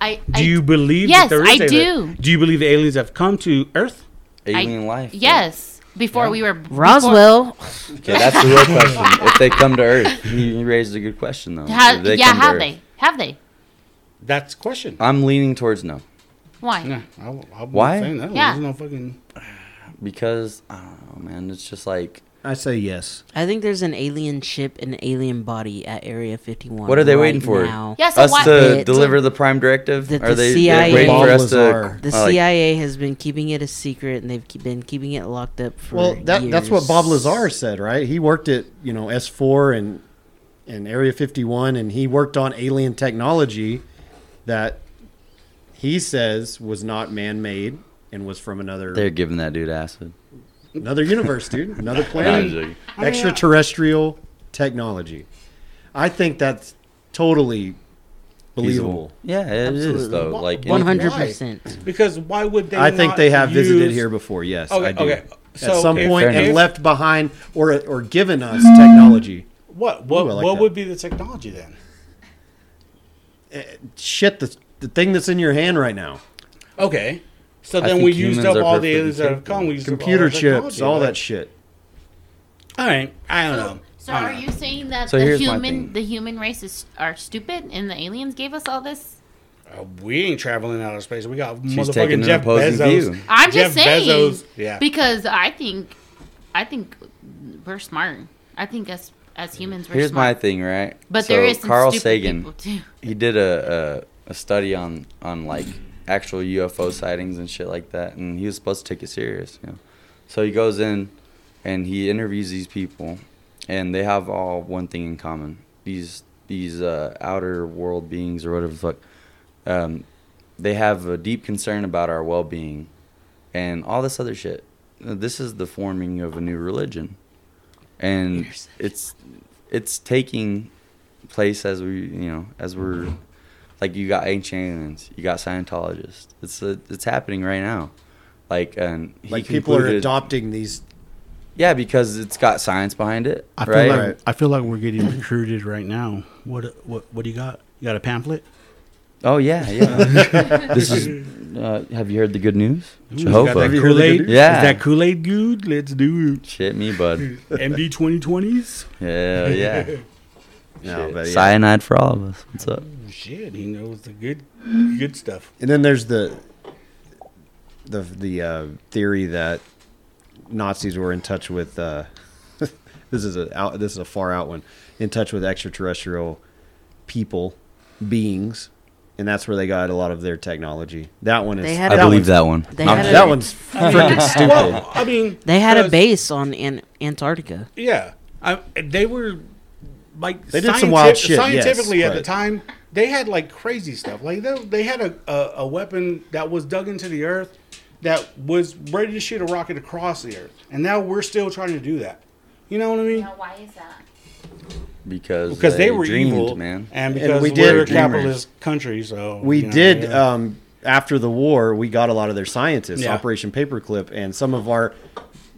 S5: I
S3: Do you believe
S5: Yes,
S3: that there is
S5: I
S3: aliens?
S5: do.
S3: Do you believe aliens have come to Earth?
S4: alien life. but-
S5: Yes. Before we were before-
S2: Roswell.
S4: Okay, that's the real question. if they come to Earth, he, he raised a good question though.
S5: Ha-
S4: If they
S5: yeah,
S4: come to
S5: have
S4: Earth.
S5: they? Have they?
S3: That's the question.
S4: I'm leaning towards no
S5: Why? Um,
S3: Yeah, I, w- I
S4: Why?
S3: Why? Saying that
S5: Yeah.
S3: There's no fucking.
S4: because I don't know, man. It's just like
S6: I say yes.
S2: I think there's an alien ship and an alien body at Area 51.
S4: What are they
S2: right
S4: waiting for?
S2: Now.
S5: Yeah, so
S4: us
S5: why-
S4: to
S2: It-
S4: deliver the prime directive.
S2: The-
S4: Are
S2: the
S4: they they're
S2: CIA
S4: waiting for us to?
S1: Balthazar.
S2: The
S4: like-
S2: CIA has been keeping it a secret, and they've keep, been keeping it locked up for.
S1: Well, that, that's what
S2: years.
S1: Bob Lazar said, right? He worked at you know S four and and Area fifty one, and he worked on alien technology that he says was not man made and was from another
S4: They're giving that dude acid.
S1: another universe, dude, another
S4: Nah, I'm
S1: planet,
S4: joking.
S3: I mean,
S1: extraterrestrial technology. I think that's totally believable.
S4: Yeah, it is
S2: Absolutely.
S4: though. Like
S2: One
S4: anything-
S2: hundred percent.
S3: Because why would they?
S1: I think
S3: not
S1: they have visited
S3: use-
S1: here before. Yes,
S3: Okay,
S1: I do.
S3: okay.
S1: At
S3: So
S1: some
S3: if-
S1: point
S4: Fair
S1: and
S3: enough.
S1: left behind or or given us technology.
S3: What? What?
S1: Ooh, I like
S3: what
S1: that.
S3: would be the technology then?
S1: shit the, the thing that's in your hand right now
S3: Okay. So
S4: I
S3: then
S4: think
S3: we used
S4: humans
S3: up
S4: are
S3: all the aliens
S4: perfectly
S3: that have come. We used
S1: computer
S3: up all their
S1: chips all
S3: technology,
S1: that shit
S3: right? All right. I don't know.
S5: So, so
S3: I don't
S5: are
S3: know.
S5: you saying that
S4: So
S5: the
S4: here's my
S5: human
S4: thing.
S5: the human race is are stupid and the aliens gave us all this?
S3: Uh, we ain't traveling out of space. We got
S4: She's taking
S3: motherfucking
S4: an
S3: Jeff
S4: opposing
S3: Bezos.
S4: view.
S5: I'm just
S3: Jeff
S5: saying
S3: Bezos, yeah.
S5: because I think I think we're smart. I think us as humans we're
S4: Here's my
S5: smart.
S4: thing, right?
S5: but
S4: So
S5: there is some
S4: Carl
S5: stupid
S4: Sagan.
S5: people too.
S4: he did a, a a study on on like actual UFO sightings and shit like that, and he was supposed to take it serious, you know. So he goes in, and he interviews these people, and they have all one thing in common: these these uh, outer world beings or whatever the fuck, um, they have a deep concern about our well being, and all this other shit. This is the forming of a new religion, and it's it's taking place as we you know as we're like you got ancient aliens you got scientologists it's uh it's happening right now like and he
S1: like people are
S4: concluded-
S1: adopting these
S4: yeah because it's got science behind it
S3: I feel
S4: right
S3: like
S1: Right.
S3: I feel like we're getting recruited right now. What what what do you got? You got a pamphlet?
S4: oh yeah yeah this is uh, have you heard the good news
S3: Ooh, you got that
S4: jehovah
S1: Have you
S3: Kool Aid?
S1: heard the
S4: Yeah.
S3: Is that Kool Aid good? Let's do
S4: shit me bud
S3: it. MD twenty twenties.
S4: yeah yeah
S1: no,
S4: Shit.
S1: but yeah.
S4: cyanide for all of us what's up
S3: Shit, he knows the good good stuff.
S1: and then there's the the the uh, theory that nazis were in touch with uh, this is a out, this is a far out one in touch with extraterrestrial people beings and that's where they got a lot of their technology that one is
S2: They had
S4: i
S2: That
S4: believe
S1: one's-
S4: that one
S2: They
S1: I'm-
S2: had a-
S1: that one's freaking stupid
S3: Well, I mean,
S2: They had a
S3: 'cause-
S2: base on An- Antarctica.
S3: Yeah, I, they were like
S1: They did some wild shit, yes,
S3: Scientifically, at the
S1: but-
S3: time, they had like crazy stuff. Like they, they had a, a a weapon that was dug into the earth that was ready to shoot a rocket across the earth, and now we're still trying to do that. You know what I mean?
S5: Now why is that?
S4: because
S3: Because they, were
S4: dreamed,
S3: evil,
S4: man
S3: and because
S1: we
S3: we
S1: did-
S3: are a
S1: dreamers.
S3: capitalist country. So
S1: We
S3: you know,
S1: did
S3: yeah.
S1: um, after the war. We got a lot of their scientists,
S3: Yeah.
S1: Operation Paperclip, and some of our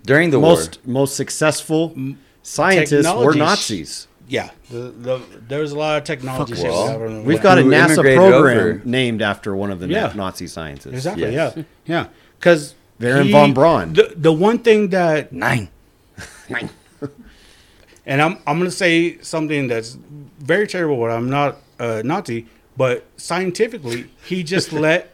S4: during the war
S1: most most successful scientists were
S3: technology sh-
S1: Nazis.
S3: yeah. The, the, there was a lot of technology
S4: Fuck
S3: shit.
S4: well.
S3: that happened.
S1: We've got a
S4: Who
S1: NASA
S4: immigrated
S1: program
S4: over.
S1: named after one of the
S3: Yeah.
S1: Nazi scientists.
S3: exactly
S4: Yes.
S3: yeah yeah because
S1: Baron von Braun.
S3: The the one thing that
S4: nine
S3: and I'm I'm gonna say something that's very terrible. But I'm not uh, Nazi, but scientifically, he just let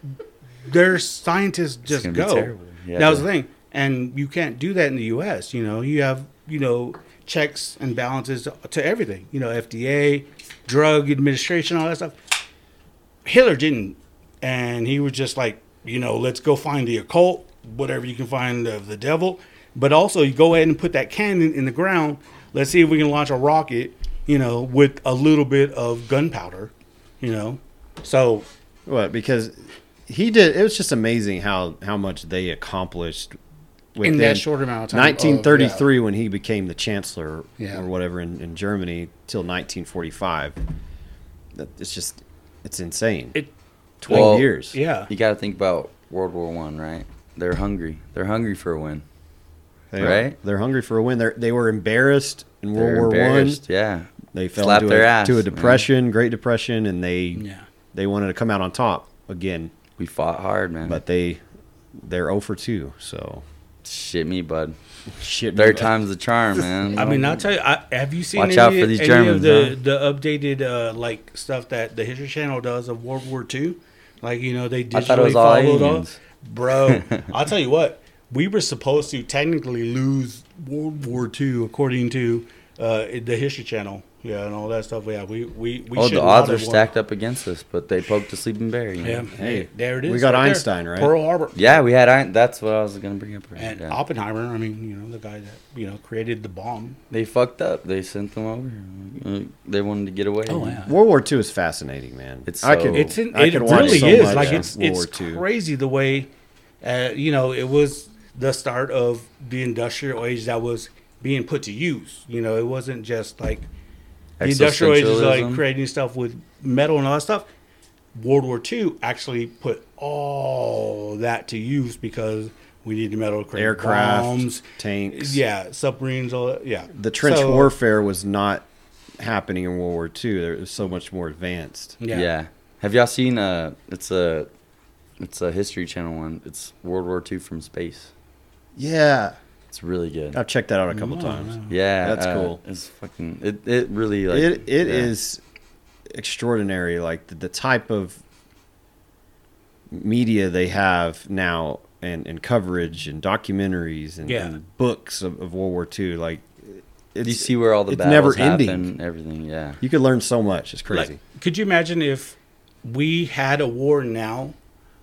S3: their scientists just
S4: gonna be
S3: go.
S4: terrible. Yeah.
S3: that was the thing, and you can't do that in the U.S. You know, you have you know checks and balances to everything. You know, FDA, drug administration, all that stuff. Hitler didn't, and he was just like, you know, let's go find the occult, whatever you can find of the devil, but also you go ahead and put that cannon in the ground. Let's see if we can launch a rocket, you know, with a little bit of gunpowder, you know. So
S1: What? Because he did. It was just amazing how how much they accomplished within
S3: in that short amount of time,
S1: 1933 when he became the chancellor
S3: Yeah.
S1: or whatever in, in Germany till 1945. That, it's just it's insane.
S3: It-
S1: 20
S4: Well,
S1: years.
S3: yeah,
S4: you got to think about world war one right they're hungry they're hungry for a win
S1: They are.
S4: Right?
S1: They're hungry for a win. They're, they were embarrassed in
S4: They're
S1: World War One.
S4: embarrassed, yeah
S1: They fell
S4: Slapped
S1: into
S4: their
S1: a,
S4: ass,
S1: to a
S4: man.
S1: depression, Great Depression, and they
S3: yeah,
S1: they wanted to come out on top again,
S4: we fought hard man
S1: but they they're 0 for 2. oh So
S4: Shit me, bud.
S1: Shit.
S4: Third time's the charm, man.
S3: I mean, I'll tell you. I, have you seen
S4: Um, Watch
S3: any,
S4: out for these
S3: any
S4: Germans,
S3: of the the
S4: huh?
S3: updated uh, like stuff that the History Channel does of World War II? Like you know they digitally
S4: I thought it was all
S3: followed up.
S4: aliens.
S3: Bro, I'll tell you what. We were supposed to technically lose World War II according to uh, the History Channel. Yeah, and all that stuff. Yeah, we we we.
S4: Oh,
S3: should
S4: the
S3: not
S4: odds are
S3: have won.
S4: stacked up against us, but they poked a sleeping bear. You know?
S3: Yeah.
S4: Yeah.
S3: Hey, there it is.
S1: we got
S3: there.
S1: Einstein, right?
S3: Pearl Harbor.
S4: we had. iron that's what I was gonna bring up. Right?
S3: And
S4: Yeah.
S3: Oppenheimer. I mean, you know, the guy that you know created the bomb.
S4: They fucked up. They sent them over. Uh, They wanted to get away.
S3: Oh,
S1: World War II is fascinating, man.
S4: It's
S1: I
S4: so-
S1: could,
S3: It's in,
S1: I
S3: it
S1: could watch
S3: really
S1: so
S3: is
S1: much
S3: like
S1: of
S3: it's
S1: World
S3: it's
S1: War II.
S3: crazy the way, uh, you know, it was the start of the industrial age that was being put to use. You know, it wasn't just like the industrial age is like
S4: Existentialism.
S3: creating stuff with metal and all that stuff. World War II actually put all that to use because we needed metal to create
S1: Aircraft,
S3: bombs,
S1: tanks.
S3: yeah, submarines, all that, yeah.
S1: The trench
S3: So-
S1: warfare was not happening in World War II. There it was so much more advanced.
S4: Yeah. Have y'all seen uh it's a it's a History Channel one. It's World War II from space.
S1: Yeah,
S4: It's really good.
S1: I've checked that out a couple times.
S4: yeah.
S1: Uh, that's
S4: uh,
S1: cool.
S4: It's fucking it, it really like
S1: it it is
S4: yeah.
S1: extraordinary like the, the type of media they have now and, and coverage and documentaries and,
S3: Yeah.
S1: and books of, of world war ii like it's,
S4: you see where all the
S1: it's never
S4: battles
S1: ending.
S4: happen, everything, yeah.
S1: you could learn so much it's crazy
S3: Like, could you imagine if we had a war now,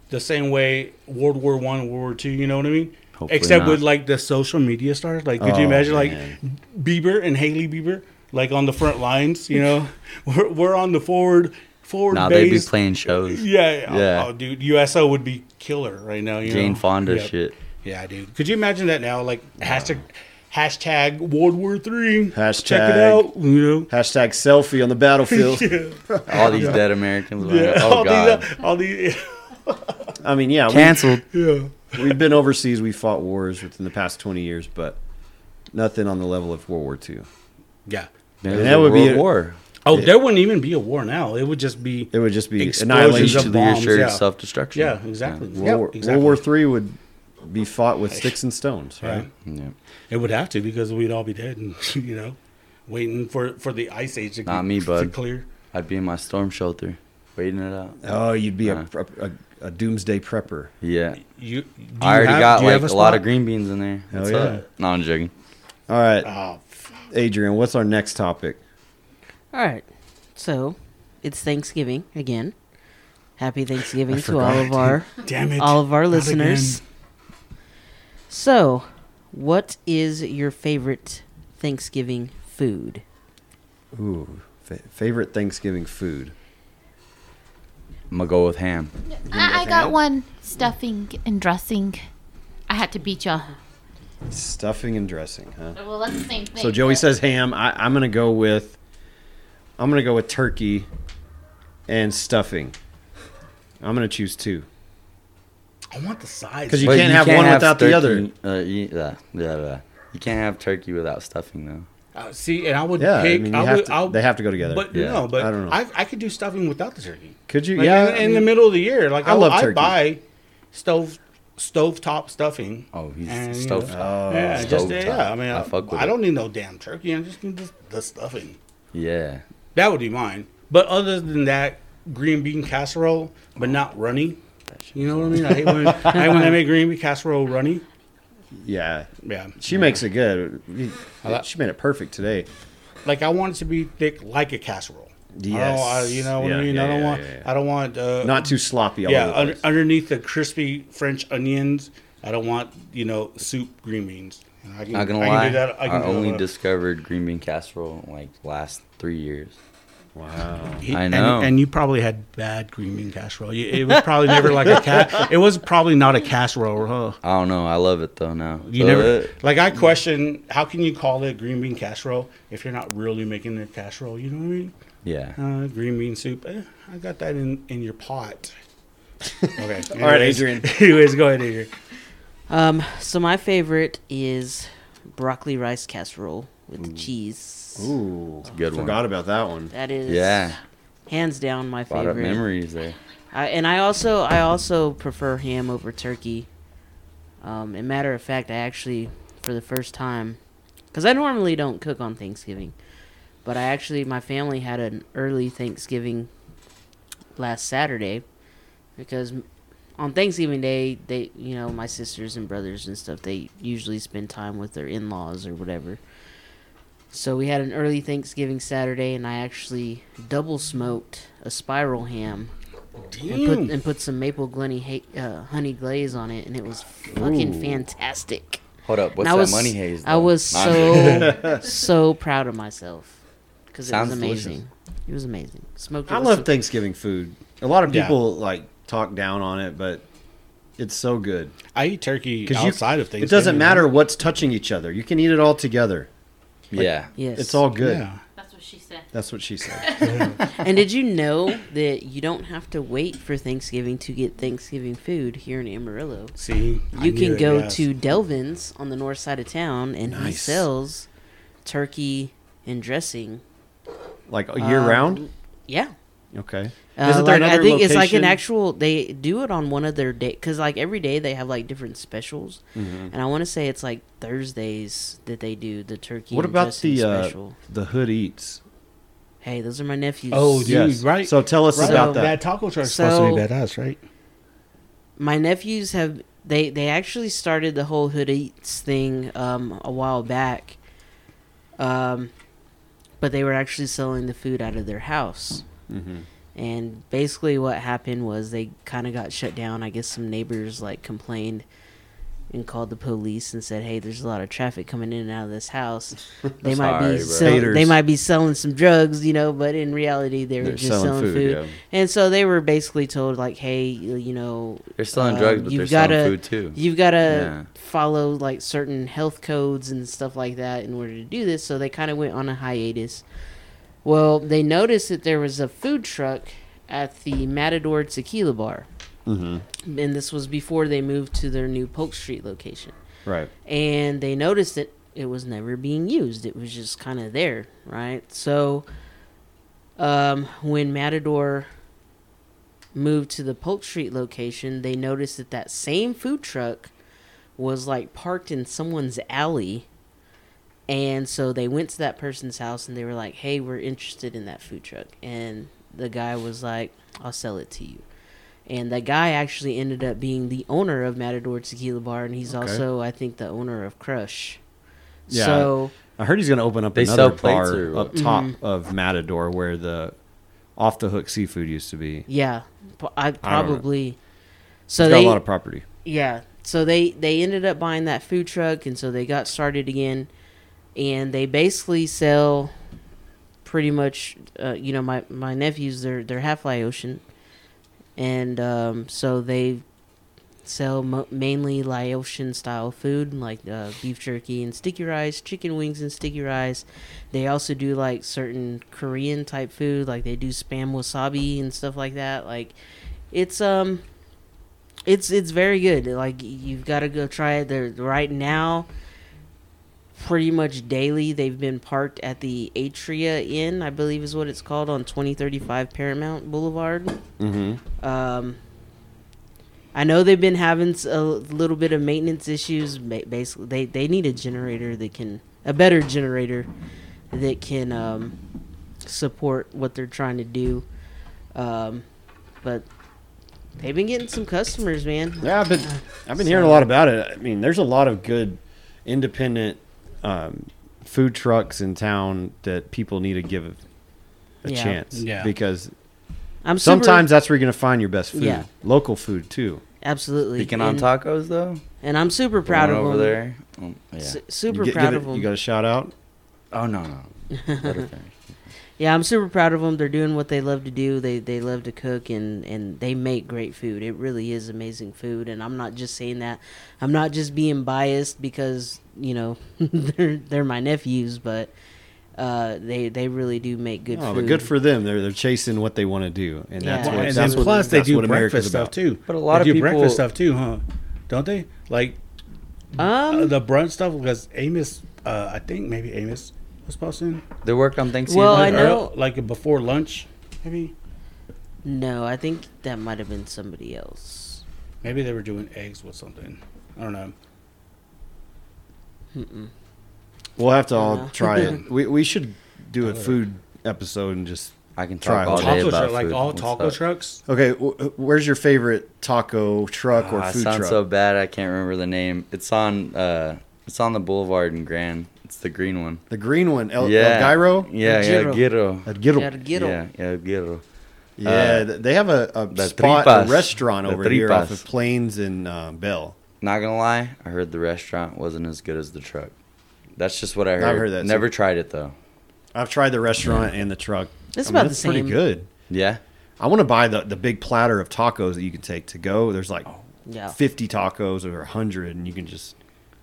S3: the same way World War One, World War Two? You know what I mean?
S4: Hopefully
S3: Except with
S4: not.
S3: like the social media stars. Like, could
S1: Oh,
S3: you imagine
S1: man.
S3: like Bieber and Haley Bieber, like on the front lines? You know, we're, we're on the forward forward
S4: Now they'd be
S3: base.
S4: playing shows.
S3: yeah, yeah.
S4: Yeah.
S3: Oh, dude, USO would be killer right now. You
S4: Jane
S3: know?
S4: Fonda
S3: Yep.
S4: shit.
S3: Yeah, dude. Could you imagine that now? Like hashtag hashtag World War Three. check it
S1: Hashtag-
S3: out. You know.
S1: hashtag selfie on the battlefield
S4: All these dead Americans.
S3: Yeah,
S4: Oh
S3: all
S4: god.
S3: these, uh, all these,
S1: i mean yeah we,
S4: Cancelled.
S3: yeah.
S1: we've been overseas we fought wars within the past 20 years but nothing on the level of world war ii
S3: Yeah.
S1: And that would be
S4: World
S1: a-
S4: war.
S3: Oh, there wouldn't even be a war now. It would just be.
S1: it would just be
S3: Explosions
S4: Each
S1: annihilation
S3: of
S4: of the
S3: bombs,
S4: assured
S3: yeah.
S4: self destruction.
S3: yeah, exactly.
S1: world,
S3: Yep,
S1: war,
S3: exactly.
S1: world war iii would be fought with sticks and stones right?
S3: Yeah.
S4: Yeah.
S3: It would have to because we'd all be dead, and you know, waiting for for the ice age to,
S4: Not me,
S3: to
S4: bud.
S3: clear.
S4: I'd be in my storm shelter, waiting it out.
S1: Oh, you'd be a,
S4: Uh.
S1: prep- a, a, doomsday prepper.
S4: Yeah.
S3: You, do you
S4: I already
S3: have-
S4: got
S3: do you
S4: like
S3: have
S4: a,
S3: spot?
S4: lot of green beans in there.
S1: Hell
S4: What's
S1: yeah.
S4: up? No, I'm joking.
S1: All right,
S3: Oh,
S1: Adrian, what's our next topic?
S2: All right. So, it's Thanksgiving again. Happy Thanksgiving to all
S1: forgot.
S2: of our
S3: damn it!
S2: all of our
S3: Not
S2: listeners. So, what is your favorite Thanksgiving food?
S1: Ooh, fa- favorite Thanksgiving food.
S4: I'm gonna go with ham.
S5: I, I got
S1: Nothing.
S5: one stuffing and dressing. I had to beat y'all.
S1: Stuffing and dressing, huh?
S5: Well, that's the same thing.
S1: So Joey says ham. I, I'm gonna go with. I'm gonna go with turkey, and stuffing. I'm gonna choose two.
S3: again. I want the size.
S1: 'Cause you
S4: But
S1: can't have one without the
S4: turkey- Uh, you, yeah, yeah, yeah. You can't have turkey without stuffing though.
S3: Uh, see, and I would
S1: Yeah, I
S3: pick. I,
S1: mean, you have
S3: would.
S1: to-
S3: I'll,
S1: they have to go together.
S3: But
S4: Yeah.
S3: no, but
S1: I don't know.
S3: I, I could do stuffing without the turkey.
S1: Could you?
S3: Like,
S1: yeah,
S3: in, in the middle of the year, like
S1: I
S3: I,
S1: love
S3: love I
S1: turkey.
S3: buy stove stovetop stuffing.
S4: Oh, he's
S3: And, you
S4: stove
S3: know,
S1: Oh,
S3: yeah, just,
S4: stovetop.
S3: yeah. I mean,
S4: I
S3: I,
S4: fuck with
S3: I
S4: it.
S3: don't need no damn turkey. I just need the, the stuffing.
S4: Yeah.
S3: That would be mine. But other than that, green bean casserole, but not runny. You know what I mean? I hate when I hate when I make green bean casserole runny.
S1: yeah.
S3: Yeah,
S1: She makes it good. She made it perfect today.
S3: like I want it to be thick like a casserole. I
S1: Yes.
S3: don't, I, you know what
S1: Yeah,
S3: I mean.
S1: yeah,
S3: I don't
S1: yeah,
S3: want.
S1: yeah, yeah.
S3: I don't want. Uh,
S1: Not too sloppy. All
S3: yeah,
S1: over the
S3: un-
S1: place.
S4: uh,
S3: underneath the crispy French onions, I don't want you know soup green beans. And I can,
S4: Not gonna
S3: I
S4: lie.
S3: Can do that. I, can do
S4: only
S3: that.
S4: discovered green bean casserole in like last three years.
S1: wow.
S3: He-
S4: I
S3: and-
S4: know.
S3: And, you probably had bad green bean casserole. You- It was probably never like a cat. It was probably not a casserole. Huh?
S4: I don't know. I love it though now.
S3: You
S4: So
S3: never
S4: it-
S3: like I question how can you call it green bean casserole if you're not really making a casserole? You know what
S4: yeah.
S2: Oh,
S3: I mean? Uh, green bean soup. Eh, I got that in in your pot. Okay.
S1: All right,
S3: Anyways-
S1: Adrian.
S3: Anyways, go ahead, Adrian.
S2: Um, so my favorite is broccoli rice casserole with cheese.
S1: Ooh,
S4: good one.
S1: forgot about that one.
S2: That is
S4: Yeah.
S2: hands down my
S4: Brought up
S2: favorite.
S4: memories there.
S2: I, and I also I also prefer ham over turkey. Um, and matter of fact, I actually, for the first time, because I normally don't cook on Thanksgiving, but I actually, my family had an early Thanksgiving last Saturday because m- on Thanksgiving Day, they, you know, my sisters and brothers and stuff, they usually spend time with their in laws or whatever. So we had an early Thanksgiving Saturday, and I actually double smoked a spiral ham and
S3: Damn.
S2: put, and put some maple glenny ha- uh, honey glaze on it, and it was fucking fantastic.
S4: Hold up,
S2: And
S4: what's
S2: I
S4: that
S2: was-
S4: money haze?
S2: I
S4: though?
S2: was
S4: I'm kidding.
S2: so so proud of myself because it
S4: Sounds
S2: was amazing.
S4: delicious.
S2: It was amazing. Smoked. It
S1: I
S2: with
S1: love
S2: some-
S1: Thanksgiving food. A lot of
S3: Yeah.
S1: people like talk down on it, but it's so good.
S3: I eat turkey
S1: 'Cause you-
S3: outside of things.
S1: It doesn't matter what's touching each other. You can eat it all together.
S4: yeah.
S2: Yes,
S1: It's all good.
S3: Yeah.
S5: That's what she said.
S1: That's what she said.
S2: And did you know that you don't have to wait for Thanksgiving to get Thanksgiving food here in Amarillo?
S3: See, I
S2: You
S3: knew
S2: can
S3: it,
S2: go
S3: yes.
S2: to Delvin's on the north side of town, and he
S1: Nice.
S2: sells turkey and dressing.
S1: like year round.
S2: Yeah,
S1: Okay.
S2: Uh,
S1: Isn't there
S2: like, I
S1: another
S2: think it's like an
S1: location?
S2: actual. They do it on one of their day because like every day they have like different specials,
S1: Mm-hmm.
S2: and I want to say it's like Thursdays that they do the turkey.
S1: What
S2: and
S1: about
S2: dressing
S1: the uh,
S2: special?
S1: the hood eats?
S2: Hey, those are my nephews.
S3: Oh, dude,
S1: Yes.
S3: right.
S1: So tell us
S2: Right.
S1: about
S2: So-
S1: that.
S3: taco truck's
S2: So-
S3: badass, right?
S2: my nephews have they they actually started the whole hood eats thing um a while back um but they were actually selling the food out of their house
S1: Mm-hmm.
S2: and basically what happened was they kind of got shut down i guess some neighbors like complained and called the police and said, "Hey, there's a lot of traffic coming in and out of this house. They might
S4: Sorry,
S2: be
S4: bro.
S2: sell- they
S1: Haters.
S2: might be selling some drugs, you know, but in reality, they were
S1: They're
S2: just
S1: selling
S2: selling,
S1: food,
S2: food."
S1: yeah.
S2: And so they were basically told, like, "Hey, you you know,
S4: They're selling
S2: um,
S4: drugs, but they're
S2: you've
S4: selling
S2: gotta-
S4: food too.
S2: You've got to
S4: Yeah.
S2: follow like certain health codes and stuff like that in order to do this. So they kind of went on a hiatus. Well, they noticed that there was a food truck at the Matador Tequila Bar, mm-hmm. and this was before they moved to their new Polk Street location
S1: Right.
S2: and they noticed that it was never being used. It was just kind of there, right? So, um, when Matador moved to the Polk Street location, they noticed that that same food truck was like parked in someone's alley. And so they went to that person's house and they were like, "Hey, we're interested in that food truck." And the guy was like, "I'll sell it to you." And that guy actually ended up being the owner of Matador Tequila Bar, and he's
S1: Okay.
S2: also, I think, the owner of Crush.
S1: Yeah.
S2: So
S1: I heard he's going to open up
S4: They
S1: another
S4: sell plates
S1: bar
S4: or
S1: up
S4: what?
S1: top
S2: Mm-hmm.
S1: of Matador where the off the hook seafood used to be.
S2: yeah, po- I
S1: know.
S2: probably.
S1: So
S2: So
S1: has
S2: they
S1: got a lot of property.
S2: yeah, so they they ended up buying that food truck, and so they got started again, and they basically sell pretty much. Uh, you know, my my nephews they're they're half Laotian, and um, so they sell mo- mainly Laotian style food like uh, beef jerky and sticky rice, chicken wings and sticky rice. They also do like certain Korean type food, like they do spam wasabi and stuff like that. Like it's um it's it's very good. Like you've got to go try it there right now. Pretty much daily, they've been parked at the Atria Inn, I believe is what it's called, on twenty thirty five Paramount Boulevard.
S1: Mm-hmm.
S2: Um, I know they've been having s- a little bit of maintenance issues. ba- Basically, they they need a generator that can a better generator that can um, support what they're trying to do. Um, but they've been getting some customers, man.
S1: Yeah, I've been I've been hearing a lot about it. I mean, there's a lot of good independent um, food trucks in town that people need to give a, a
S2: Yeah.
S1: chance
S3: Yeah.
S1: because
S2: I'm super-
S1: sometimes that's where you're going to find your best food.
S2: Yeah.
S1: Local food too.
S2: absolutely.
S4: Speaking on
S2: and,
S4: tacos though,
S2: and I'm super
S4: the
S2: proud
S4: one
S2: of
S4: over
S2: them.
S4: there. Um, yeah.
S2: Su-
S1: You
S2: super
S1: gi-
S2: proud
S1: give
S2: of
S1: it-
S2: them.
S1: You got a shout out.
S4: Oh no no. Let her finish.
S2: Yeah, I'm super proud of them. They're doing what they love to do. They they love to cook and and they make great food. It really is amazing food, and I'm not just saying that. I'm not just being biased because you know they're they're my nephews, but uh, they they really do make good
S1: Oh,
S2: food.
S1: but good for them. They're they're chasing what they want to do, and that's
S2: Yeah.
S1: what
S2: Well,
S3: and
S1: that's
S3: then
S1: what,
S3: plus they
S1: that's
S3: do
S1: what America's
S3: breakfast stuff
S1: about.
S3: too.
S4: But a lot
S3: They
S4: of
S3: do
S4: people-
S3: breakfast stuff too, huh? Don't they? Like uh,
S2: um.
S3: the brunch stuff because Amos, uh, I think maybe Amos was posting.
S4: They work on Thanksgiving.
S2: Well, I
S3: like,
S2: know-
S3: earl- like before lunch, maybe.
S2: No, I think that might have been somebody else.
S3: Maybe they were doing eggs with something. I don't know.
S1: We'll have to all
S2: Yeah.
S1: try it. We we should do a food episode and just
S4: I can
S1: Try
S4: talk all
S1: it.
S4: day
S3: Taco
S4: about
S3: truck,
S4: food.
S3: like all
S4: What's
S3: taco
S4: up?
S3: trucks.
S1: okay. wh- Where's your favorite taco truck or
S4: Ah, I
S1: food
S4: sound
S1: truck?
S4: so bad. I can't remember the name. It's on. Uh, it's on the boulevard in Grand. It's the green one.
S1: the green one, El,
S4: yeah.
S1: El Gyro.
S4: Yeah, yeah,
S2: Gyro.
S4: gyro.
S1: El Gyro.
S2: Yeah,
S1: Yeah,
S2: the ghetto.
S4: Yeah, yeah, gyro.
S1: th- they have a, a
S4: Uh, the
S1: spot a
S4: tripas.
S1: restaurant
S4: The
S1: over here off
S4: tripas.
S1: of Plains and uh, Bell.
S4: Not gonna lie, I heard the restaurant wasn't as good as the truck. That's just what I heard.
S1: heard that,
S4: Never
S1: too.
S4: tried it though.
S1: I've tried the restaurant and the truck.
S2: It's about the
S1: pretty
S2: same.
S1: good.
S4: Yeah.
S1: I want to buy the, the big platter of tacos that you can take to go. There's like
S2: Oh, Yeah.
S1: 50 tacos or 100, and you can just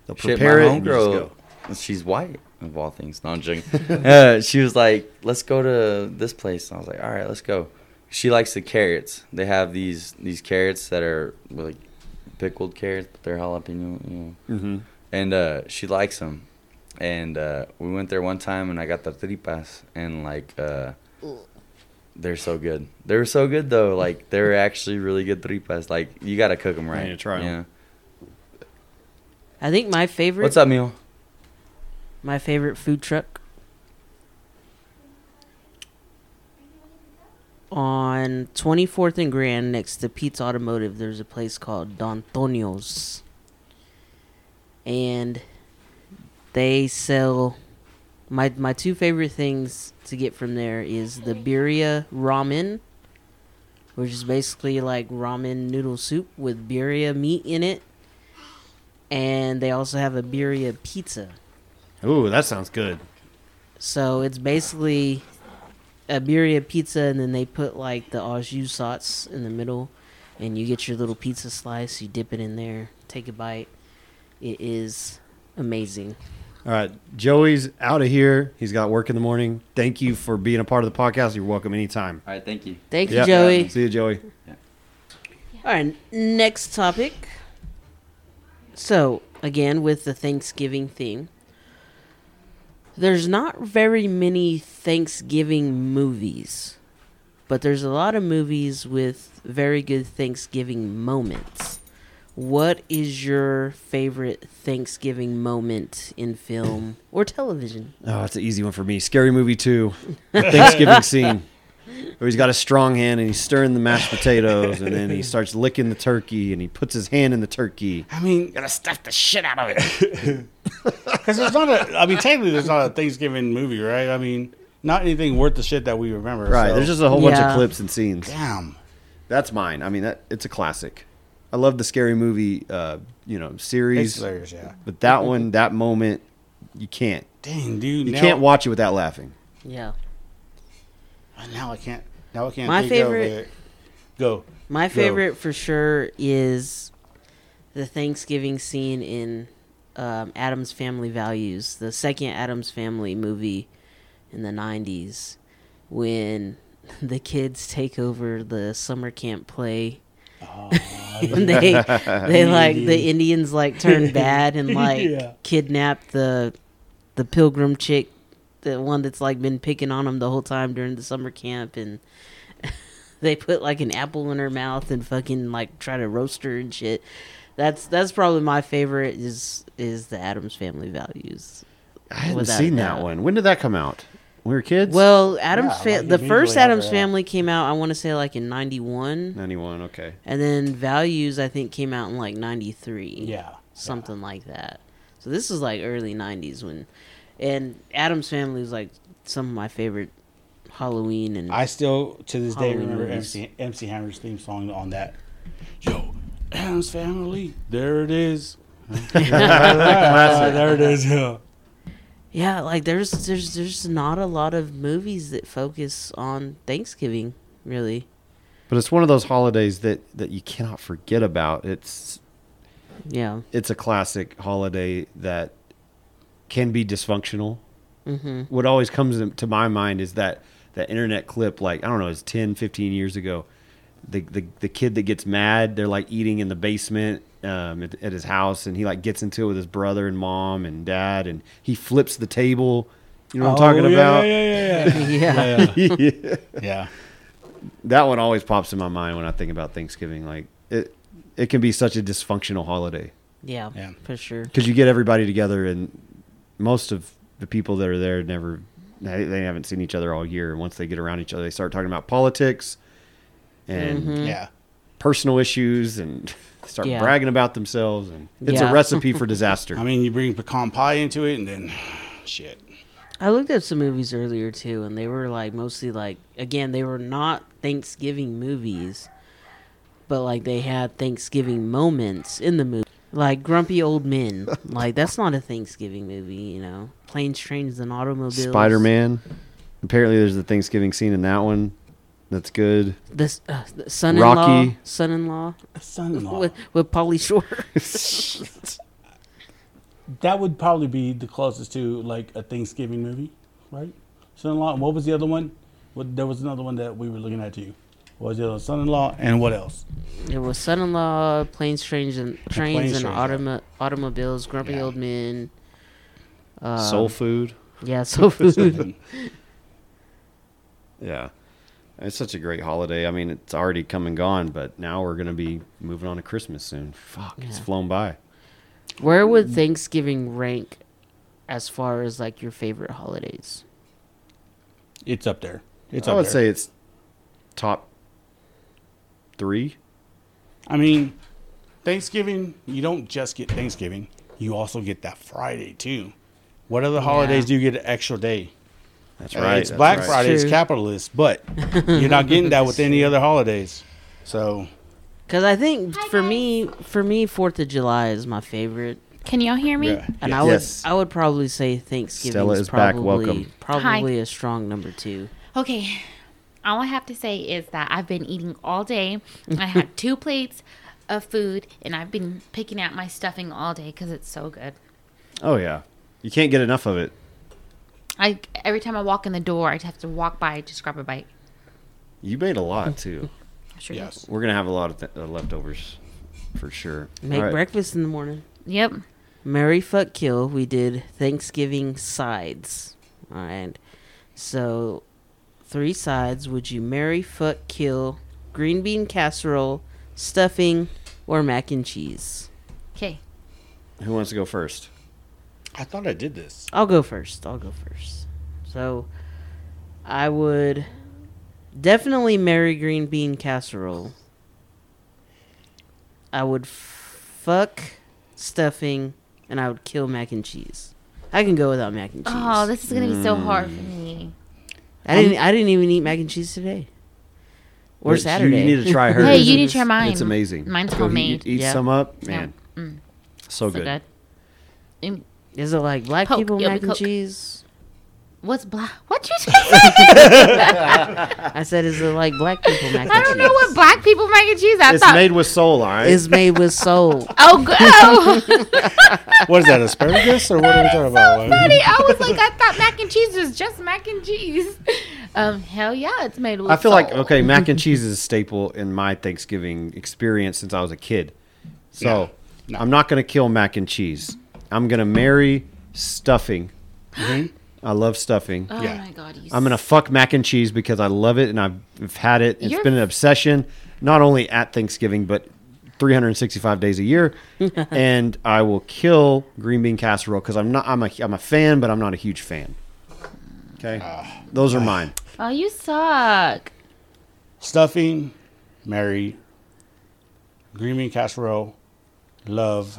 S1: they'll
S4: Shit,
S1: prepare
S4: my
S1: it and you just
S4: homegirl,
S1: go.
S4: she's white of all things. No, I'm joking. uh, she was like, "Let's go to this place." And I was like, "All right, let's go." She likes the carrots. They have these these carrots that are like pickled carrots, but they're jalapeno. You know.
S1: Mm-hmm.
S4: and uh, she likes them. And uh, we went there one time, and I got the tripas, and like uh, they're so good. They were so good though. Like they're actually really good tripas. Like you gotta cook them right.
S1: need to try 'em.
S4: Yeah.
S2: I think my favorite
S4: What's up, Mule?
S2: my favorite food truck on 24th and Grand next to Pete's Automotive there's a place called Don Tonio's and they sell my my two favorite things to get from there is the birria ramen which is basically like ramen noodle soup with birria meat in it and they also have a birria pizza
S1: Ooh, that sounds good.
S2: so it's basically a birria pizza, and then they put like the au jus sauce in the middle, and you get your little pizza slice. You dip it in there, take a bite. It is amazing.
S1: All right, Joey's out of here. He's got work in the morning. Thank you for being a part of the podcast. You're welcome anytime.
S4: All right, thank you.
S2: Thank you,
S1: Yeah.
S2: Joey.
S1: See you, Joey.
S2: All right, next topic. So, again, with the Thanksgiving theme, there's not very many Thanksgiving movies, but there's a lot of movies with very good Thanksgiving moments. What is your favorite Thanksgiving moment in film or television?
S1: Oh, that's an easy one for me. Scary movie two, Thanksgiving scene where he's got a strong hand and he's stirring the mashed potatoes, and then he starts licking the turkey and he puts his hand in the turkey.
S3: I mean,
S6: gonna stuff the shit out of it.
S3: because there's not a. I mean, technically, there's not a Thanksgiving movie, right? I mean, not anything worth the shit that we remember.
S1: Right,
S3: so-
S1: there's just a whole bunch
S2: Yeah.
S1: of clips and scenes.
S3: damn.
S1: That's mine. I mean, that it's a classic. I love the scary movie, uh, you know,
S3: It's
S1: series,
S3: hilarious, yeah.
S1: but that one, that moment, you can't.
S3: Dang, dude.
S1: You
S3: now,
S1: can't watch it without laughing.
S2: Yeah.
S3: uh, Now I can't. Now I can't.
S2: My
S3: think
S2: favorite-
S3: Of it. Go.
S2: My
S3: Go.
S2: favorite for sure is the Thanksgiving scene in um, Adam's Family Values, the second Adam's Family movie in the 90s, when the kids take over the summer camp play. and they they like the Indians like turn bad and like
S3: Yeah.
S2: kidnap the the pilgrim chick, the one that's like been picking on them the whole time during the summer camp and they put like an apple in her mouth and fucking like try to roast her and shit. That's that's probably my favorite is is the Adams Family Values.
S1: I hadn't
S2: Without a
S1: seen that
S2: doubt.
S1: one. When did that come out? When we were kids.
S2: Well, Adams
S3: Yeah,
S2: fa-
S3: like,
S2: the
S3: usually
S2: first
S3: have
S2: Adams
S3: that.
S2: Family came out I want to say like in 91
S1: ninety-one. Okay.
S2: and then Values I think came out in like 93.
S3: Yeah.
S2: Something like that. So this is like early 90s when and Adams Family is like some of my favorite Halloween and
S3: I still to this day
S2: Halloween
S3: remember
S2: movies.
S3: MC, MC Hammer's theme song on that. Yo, Adam's Family. There it is. there it is. Yeah.
S2: Yeah, like there's there's there's not a lot of movies that focus on Thanksgiving, really.
S1: But it's one of those holidays that that you cannot forget about. It's
S2: Yeah.
S1: it's a classic holiday that can be dysfunctional.
S2: Mm-hmm.
S1: What always comes in- to my mind is that that internet clip, like I don't know, it's 10, 15 years ago. The, the the kid that gets mad, they're like eating in the basement um, at, at his house, and he like gets into it with his brother and mom and dad, and he flips the table. You know what I'm talking about?
S3: Oh, Yeah, yeah,
S2: Yeah.
S3: yeah. yeah. yeah.
S1: That one always pops in my mind when I think about Thanksgiving. Like it, it can be such a dysfunctional holiday.
S2: Yeah,
S3: Yeah.
S2: for sure.
S1: because you get everybody together and most of the people that are there never they they haven't seen each other all year and once they get around each other they start talking about politics and
S3: Yeah.
S1: personal issues and start
S2: Mm-hmm. Yeah.
S1: bragging about themselves and it's
S2: Yeah.
S1: a recipe for disaster
S3: I mean, you bring pecan pie into it, and then shit.
S2: I looked up some movies earlier too, and they were like mostly like again they were not Thanksgiving movies, but like they had Thanksgiving moments in the movie, like Grumpy Old Men. like that's not a Thanksgiving movie, you know. Planes, trains, and automobiles.
S1: spider-man apparently there's a thanksgiving scene in that one that's good
S2: This uh, the son-in-law.
S1: Rocky.
S2: Son-in-law
S3: Son-in-law.
S2: with with Polly Shore.
S3: that would probably be the closest to like a Thanksgiving movie, right? Son-in-law. And what was the other one? What, there was another one that we were looking at too. What was the other son-in-law and what else?
S2: It was son-in-law, planes, trains, and trains
S3: Planes,
S2: and
S3: Trains, yeah.
S2: automo- automobiles. Grumpy
S3: Yeah.
S2: old men. Uh,
S1: soul food
S2: Yeah, soul food.
S1: yeah it's such a great holiday i mean it's already come and gone but now we're gonna be moving on to christmas soon fuck it's
S2: Yeah.
S1: flown by
S2: Where
S1: Mm.
S2: would Thanksgiving rank as far as like your favorite holidays?
S3: It's up there. It's
S1: I
S3: up
S1: would
S3: there.
S1: say it's top three.
S3: I mean, Thanksgiving. You don't just get Thanksgiving. You also get that Friday too. What other holidays do you get an extra day?
S1: That's
S3: It's Black Friday. It's
S2: True.
S3: capitalist, but you're not getting that with any other holidays. So
S2: Because I think
S5: Hi,
S2: for
S5: guys.
S2: me, for me, Fourth of July is my favorite,
S5: Can y'all hear me?
S3: yeah.
S2: and I would
S1: Yes.
S2: I would probably say Thanksgiving
S1: Stella
S2: is,
S1: is back.
S2: probably
S1: Welcome.
S2: probably a strong number two.
S5: Okay. All I have to say is that I've been eating all day. I had two plates of food, and I've been picking out my stuffing all day because it's so good.
S1: Oh yeah, you can't get enough of it.
S5: I every time I walk in the door, I just have to walk by and just grab a bite.
S1: You made a lot too.
S5: I Sure
S3: Yes.
S5: do.
S1: We're gonna have a lot of th- uh, leftovers for sure.
S2: Make
S1: All right.
S2: breakfast in the morning.
S5: Yep.
S2: Mary fuck kill. We did Thanksgiving sides. All right, so three sides. Would you marry, fuck, kill? Green bean casserole, stuffing, or mac and cheese?
S5: Okay.
S1: Who wants to go first?
S3: I thought I did this.
S2: I'll go first. I'll go first. So, I would definitely marry green bean casserole. I would f- fuck stuffing, and I would kill mac and cheese. I can go without mac and cheese.
S5: Oh, this is gonna be so hard
S1: Mm.
S5: for me.
S2: I didn't. I didn't even eat mack and cheese today. Or
S1: Rich, you-
S2: Saturday.
S1: You need to try hers.
S5: Hey, you need to try mine.
S1: It's amazing.
S5: Mine's
S1: Go eat-
S5: homemade.
S1: Eat
S2: Yeah.
S1: some up,
S5: Yeah. Mm.
S1: man. So,
S5: So
S1: good.
S5: good. And
S2: Is it like black
S5: Coke.
S2: people
S5: It'll be
S2: mac and
S5: Coke.
S2: cheese?
S5: what's black? What you say?
S2: I said, is it like black people mac and cheese?
S5: I don't know what black people mac and cheese. I
S1: It's
S5: thought.
S1: made with soul, all right.
S2: It's made with soul.
S5: oh, go- oh,
S3: What is that, asparagus or what are we talking about?
S5: funny! I was like, I thought mac and cheese was just mac and cheese. Um, hell yeah, it's made with.
S1: I feel like
S5: soul.
S1: okay, mac and cheese is a staple in my Thanksgiving experience since I was a kid. So
S3: No.
S1: I'm not gonna kill mac and cheese. I'm gonna marry stuffing. I love stuffing.
S5: Oh
S3: Yeah.
S5: my god, you.
S1: I'm gonna fuck mac and cheese because I love it and I've had it. It's
S5: You're-
S1: been an obsession, not only at Thanksgiving but 365 days a year. and I will kill green bean casserole because I'm not. I'm a I'm a fan, but I'm not a huge fan. Okay, those are mine.
S5: Oh, you suck.
S3: Stuffing, Mary, green bean casserole, love,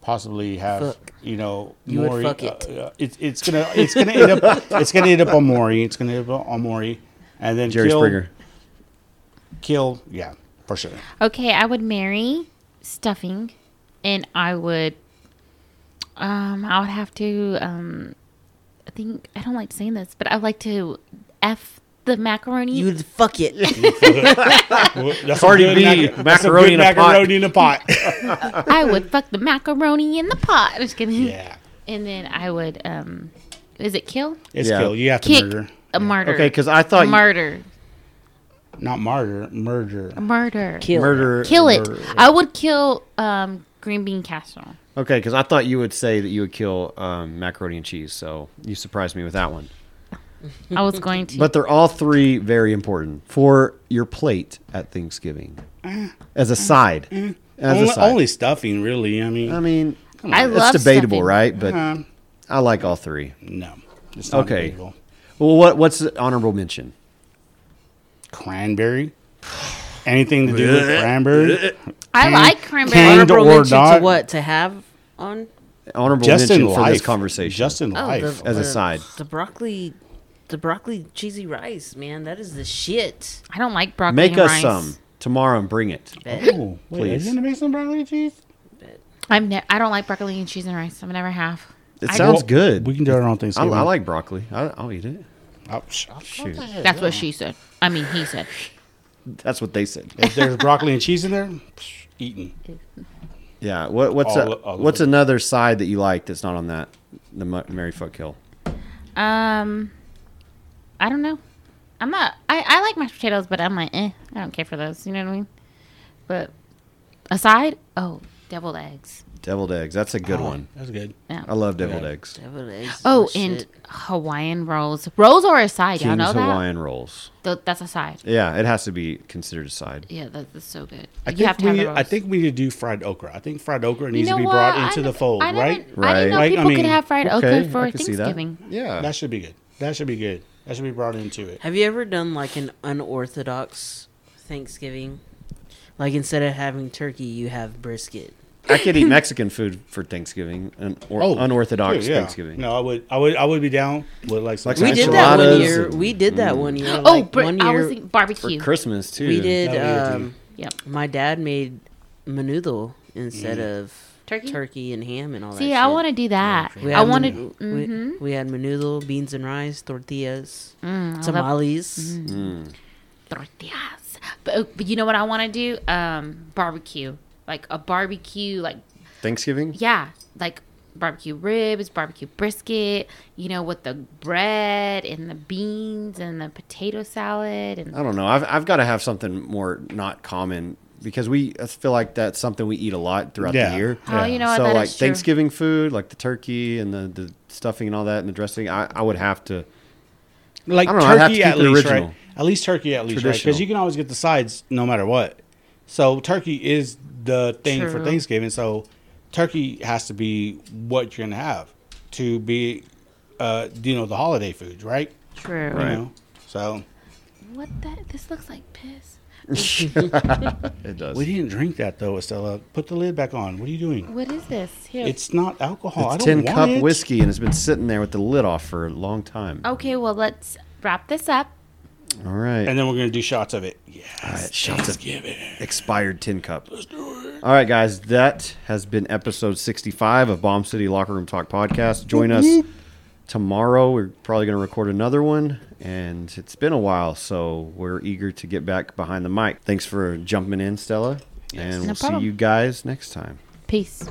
S3: possibly have
S2: Fuck.
S3: you know
S2: You would
S3: Maury.
S2: fuck it.
S3: uh, uh, it's it's gonna it's gonna end up it's gonna end up on Maury. It's gonna end up on Maury, and then
S1: Jerry
S3: kill,
S1: Springer.
S3: Kill, yeah, for sure.
S5: Okay, I would marry stuffing, and I would. Um, I would have to. Um, I think I don't like saying this, but I would like to f the macaroni.
S2: You'd fuck it.
S3: That's
S1: Cardi
S3: a good
S1: B,
S3: mac- that's a
S1: macaroni
S3: good
S1: in a pot.
S3: macaroni in a pot.
S5: I would fuck the macaroni in the pot. I'm just kidding.
S3: yeah,
S5: And then I would. Um, is it kill?
S3: it's
S1: Yeah.
S3: kill. You have to
S5: Kick
S3: murder,
S5: a martyr.
S1: Okay, because I thought you-
S5: murder,
S3: not martyr, murder.
S5: murder,
S2: Kill.
S1: murder
S5: Kill it.
S1: murder.
S5: I would kill um green bean casserole.
S1: Okay, because I thought you would say that you would kill um, macaroni and cheese, so you surprised me with that one.
S5: I was going to.
S1: But they're all three very important for your plate at Thanksgiving as a side, As a
S3: only,
S1: side. Um,
S3: only stuffing, really. I mean,
S1: I mean,
S5: I
S1: it's
S5: love
S1: debatable,
S5: stuffing.
S1: right? But
S3: uh,
S1: I like all three.
S3: no, it's not
S1: Okay.
S3: debatable.
S1: Well, what what's the honorable mention?
S3: Cranberry. Anything to do with cranberry?
S5: I like
S3: King
S5: cranberry.
S3: Canned
S2: Honorable
S3: or
S2: mention
S3: not.
S2: to what to have on
S1: Honorable
S3: Just in
S1: mention
S3: life.
S1: for this conversation.
S3: Just in
S2: oh,
S3: life.
S2: the,
S1: as a
S2: the-
S1: side.
S2: The broccoli, the broccoli cheesy rice, man, that is the shit.
S5: I don't like broccoli.
S1: Make
S5: and
S1: us
S5: rice.
S1: some tomorrow and bring it.
S2: Bet.
S3: Oh, wait,
S1: Please.
S3: Are you gonna make some broccoli cheese?
S5: I'm ne- I don't like broccoli and cheese and rice. I never have.
S1: It
S5: I
S1: sounds
S5: don't-
S1: good.
S3: We can do it on
S1: I,
S3: Thanksgiving.
S1: I like broccoli. I, I'll eat it.
S3: Oh, sh-
S1: Shoot,
S5: That's what she said. I mean, he said.
S1: that's what they said.
S3: if there's broccoli and cheese in there, psh, eating.
S1: Yeah. What, what's
S3: All-
S1: a,
S3: all of
S1: what's
S3: it.
S1: another side that you like that's not on that the Mu- Mary Fuck Hill?
S5: Um, I don't know. I'm not. I I like mashed potatoes, but I'm like, eh. I don't care for those. You know what I mean? But aside, oh, deviled eggs.
S1: Deviled eggs. That's a good
S5: Uh-huh.
S3: Oh,
S1: one.
S3: That's good.
S5: Yeah.
S1: I love deviled
S3: Yeah.
S1: eggs.
S2: Deviled eggs is
S5: Oh,
S2: the
S5: and
S2: shit.
S5: Hawaiian rolls. Rolls are aside. Y'all
S1: King's
S5: know that.
S1: Hawaiian rolls.
S5: Th- that's aside.
S1: Yeah, it has to be considered a side.
S5: Yeah, that, that's so good.
S3: I
S5: you have
S3: think
S5: to have
S3: we,
S5: the rolls.
S3: I think we need to do fried okra. I think fried okra
S5: You
S3: needs to
S5: know
S3: be
S5: what?
S3: brought
S5: I
S3: into the
S5: didn't-
S3: fold,
S5: I didn't-
S3: right?
S5: I didn't know
S1: Right.
S3: Like, I
S5: people
S3: mean-
S5: could have fried
S1: Okay,
S5: okra
S1: I
S5: for
S1: can see that.
S5: Thanksgiving.
S1: Yeah.
S3: That should be good. That should be good. That should be brought into it.
S2: Have you ever done like an unorthodox Thanksgiving? Like instead of having turkey, you have brisket.
S1: I could eat Mexican food for Thanksgiving and or unorthodox
S3: Oh, Dude, yeah.
S1: Oh, Thanksgiving.
S3: No, I would, I would, I would be down with like some.
S1: Like
S2: We
S1: Nice
S2: did that one
S1: enchiladas
S2: year.
S1: and- Mm.
S2: We did that one year.
S5: Oh,
S2: like,
S5: br-
S2: one
S5: I was
S2: year
S5: thinking
S1: For
S5: barbecue.
S1: Christmas too.
S2: we did.
S3: That we did,
S2: Um,
S5: Yep.
S2: my dad made menudo instead
S3: Mm.
S2: of
S5: Turkey?
S2: turkey and ham
S3: Oh,
S2: and all that.
S5: See, I
S2: shit.
S5: want to do that.
S2: We
S5: I
S2: had
S5: wanted.
S2: men- we-
S5: hmm
S2: we, had menudo, beans and rice, tortillas,
S5: Mm, I love
S2: tamales.
S5: tortillas. But, but you know what I want to do? Um, barbecue. Like a barbecue, like
S1: Thanksgiving?
S5: yeah, like barbecue ribs, barbecue brisket. You know, with the bread and the beans and the potato salad and
S1: I don't know. I've I've got to have something more not common because we I feel like that's something we eat a lot throughout
S3: Yeah.
S1: the year.
S5: oh,
S3: Yeah.
S5: you know what?
S1: so
S5: that
S1: like
S5: is true.
S1: Thanksgiving food, like the turkey and the, the stuffing and all that and the dressing, I, I would have to
S3: like
S1: I don't know, I'd have to
S3: turkey at
S1: keep it
S3: least,
S1: original.
S3: right? At least turkey at least, right? Because
S1: Traditional.
S3: you can always get the sides no matter what. So turkey is the thing for
S2: True.
S3: Thanksgiving. So turkey has to be what you're gonna have to be, uh, you know, the holiday food, right?
S5: True.
S1: Right.
S3: You know, so
S5: What that? This looks like piss.
S1: it does.
S3: we didn't drink that though, Estella. Put the lid back on. What are you doing?
S5: What is this? Here.
S3: It's not alcohol. I
S1: It's
S3: don't
S1: tin
S3: want
S1: cup
S3: it.
S1: whiskey and it's been sitting there with the lid off for a long time.
S5: okay. Well, let's wrap this up.
S1: All right.
S3: And then we're gonna do shots of it. Yeah.
S1: All right, shots of expired tin cup. Let's do it. All right, guys, that has been episode 65 of Bomb City Locker Room Talk podcast. Join us tomorrow. We're probably going to record another one, and it's been a while, so we're eager to get back behind the mic. Thanks for jumping in, Stella, and
S5: No
S1: we'll see
S5: problem.
S1: you guys next time.
S5: Peace.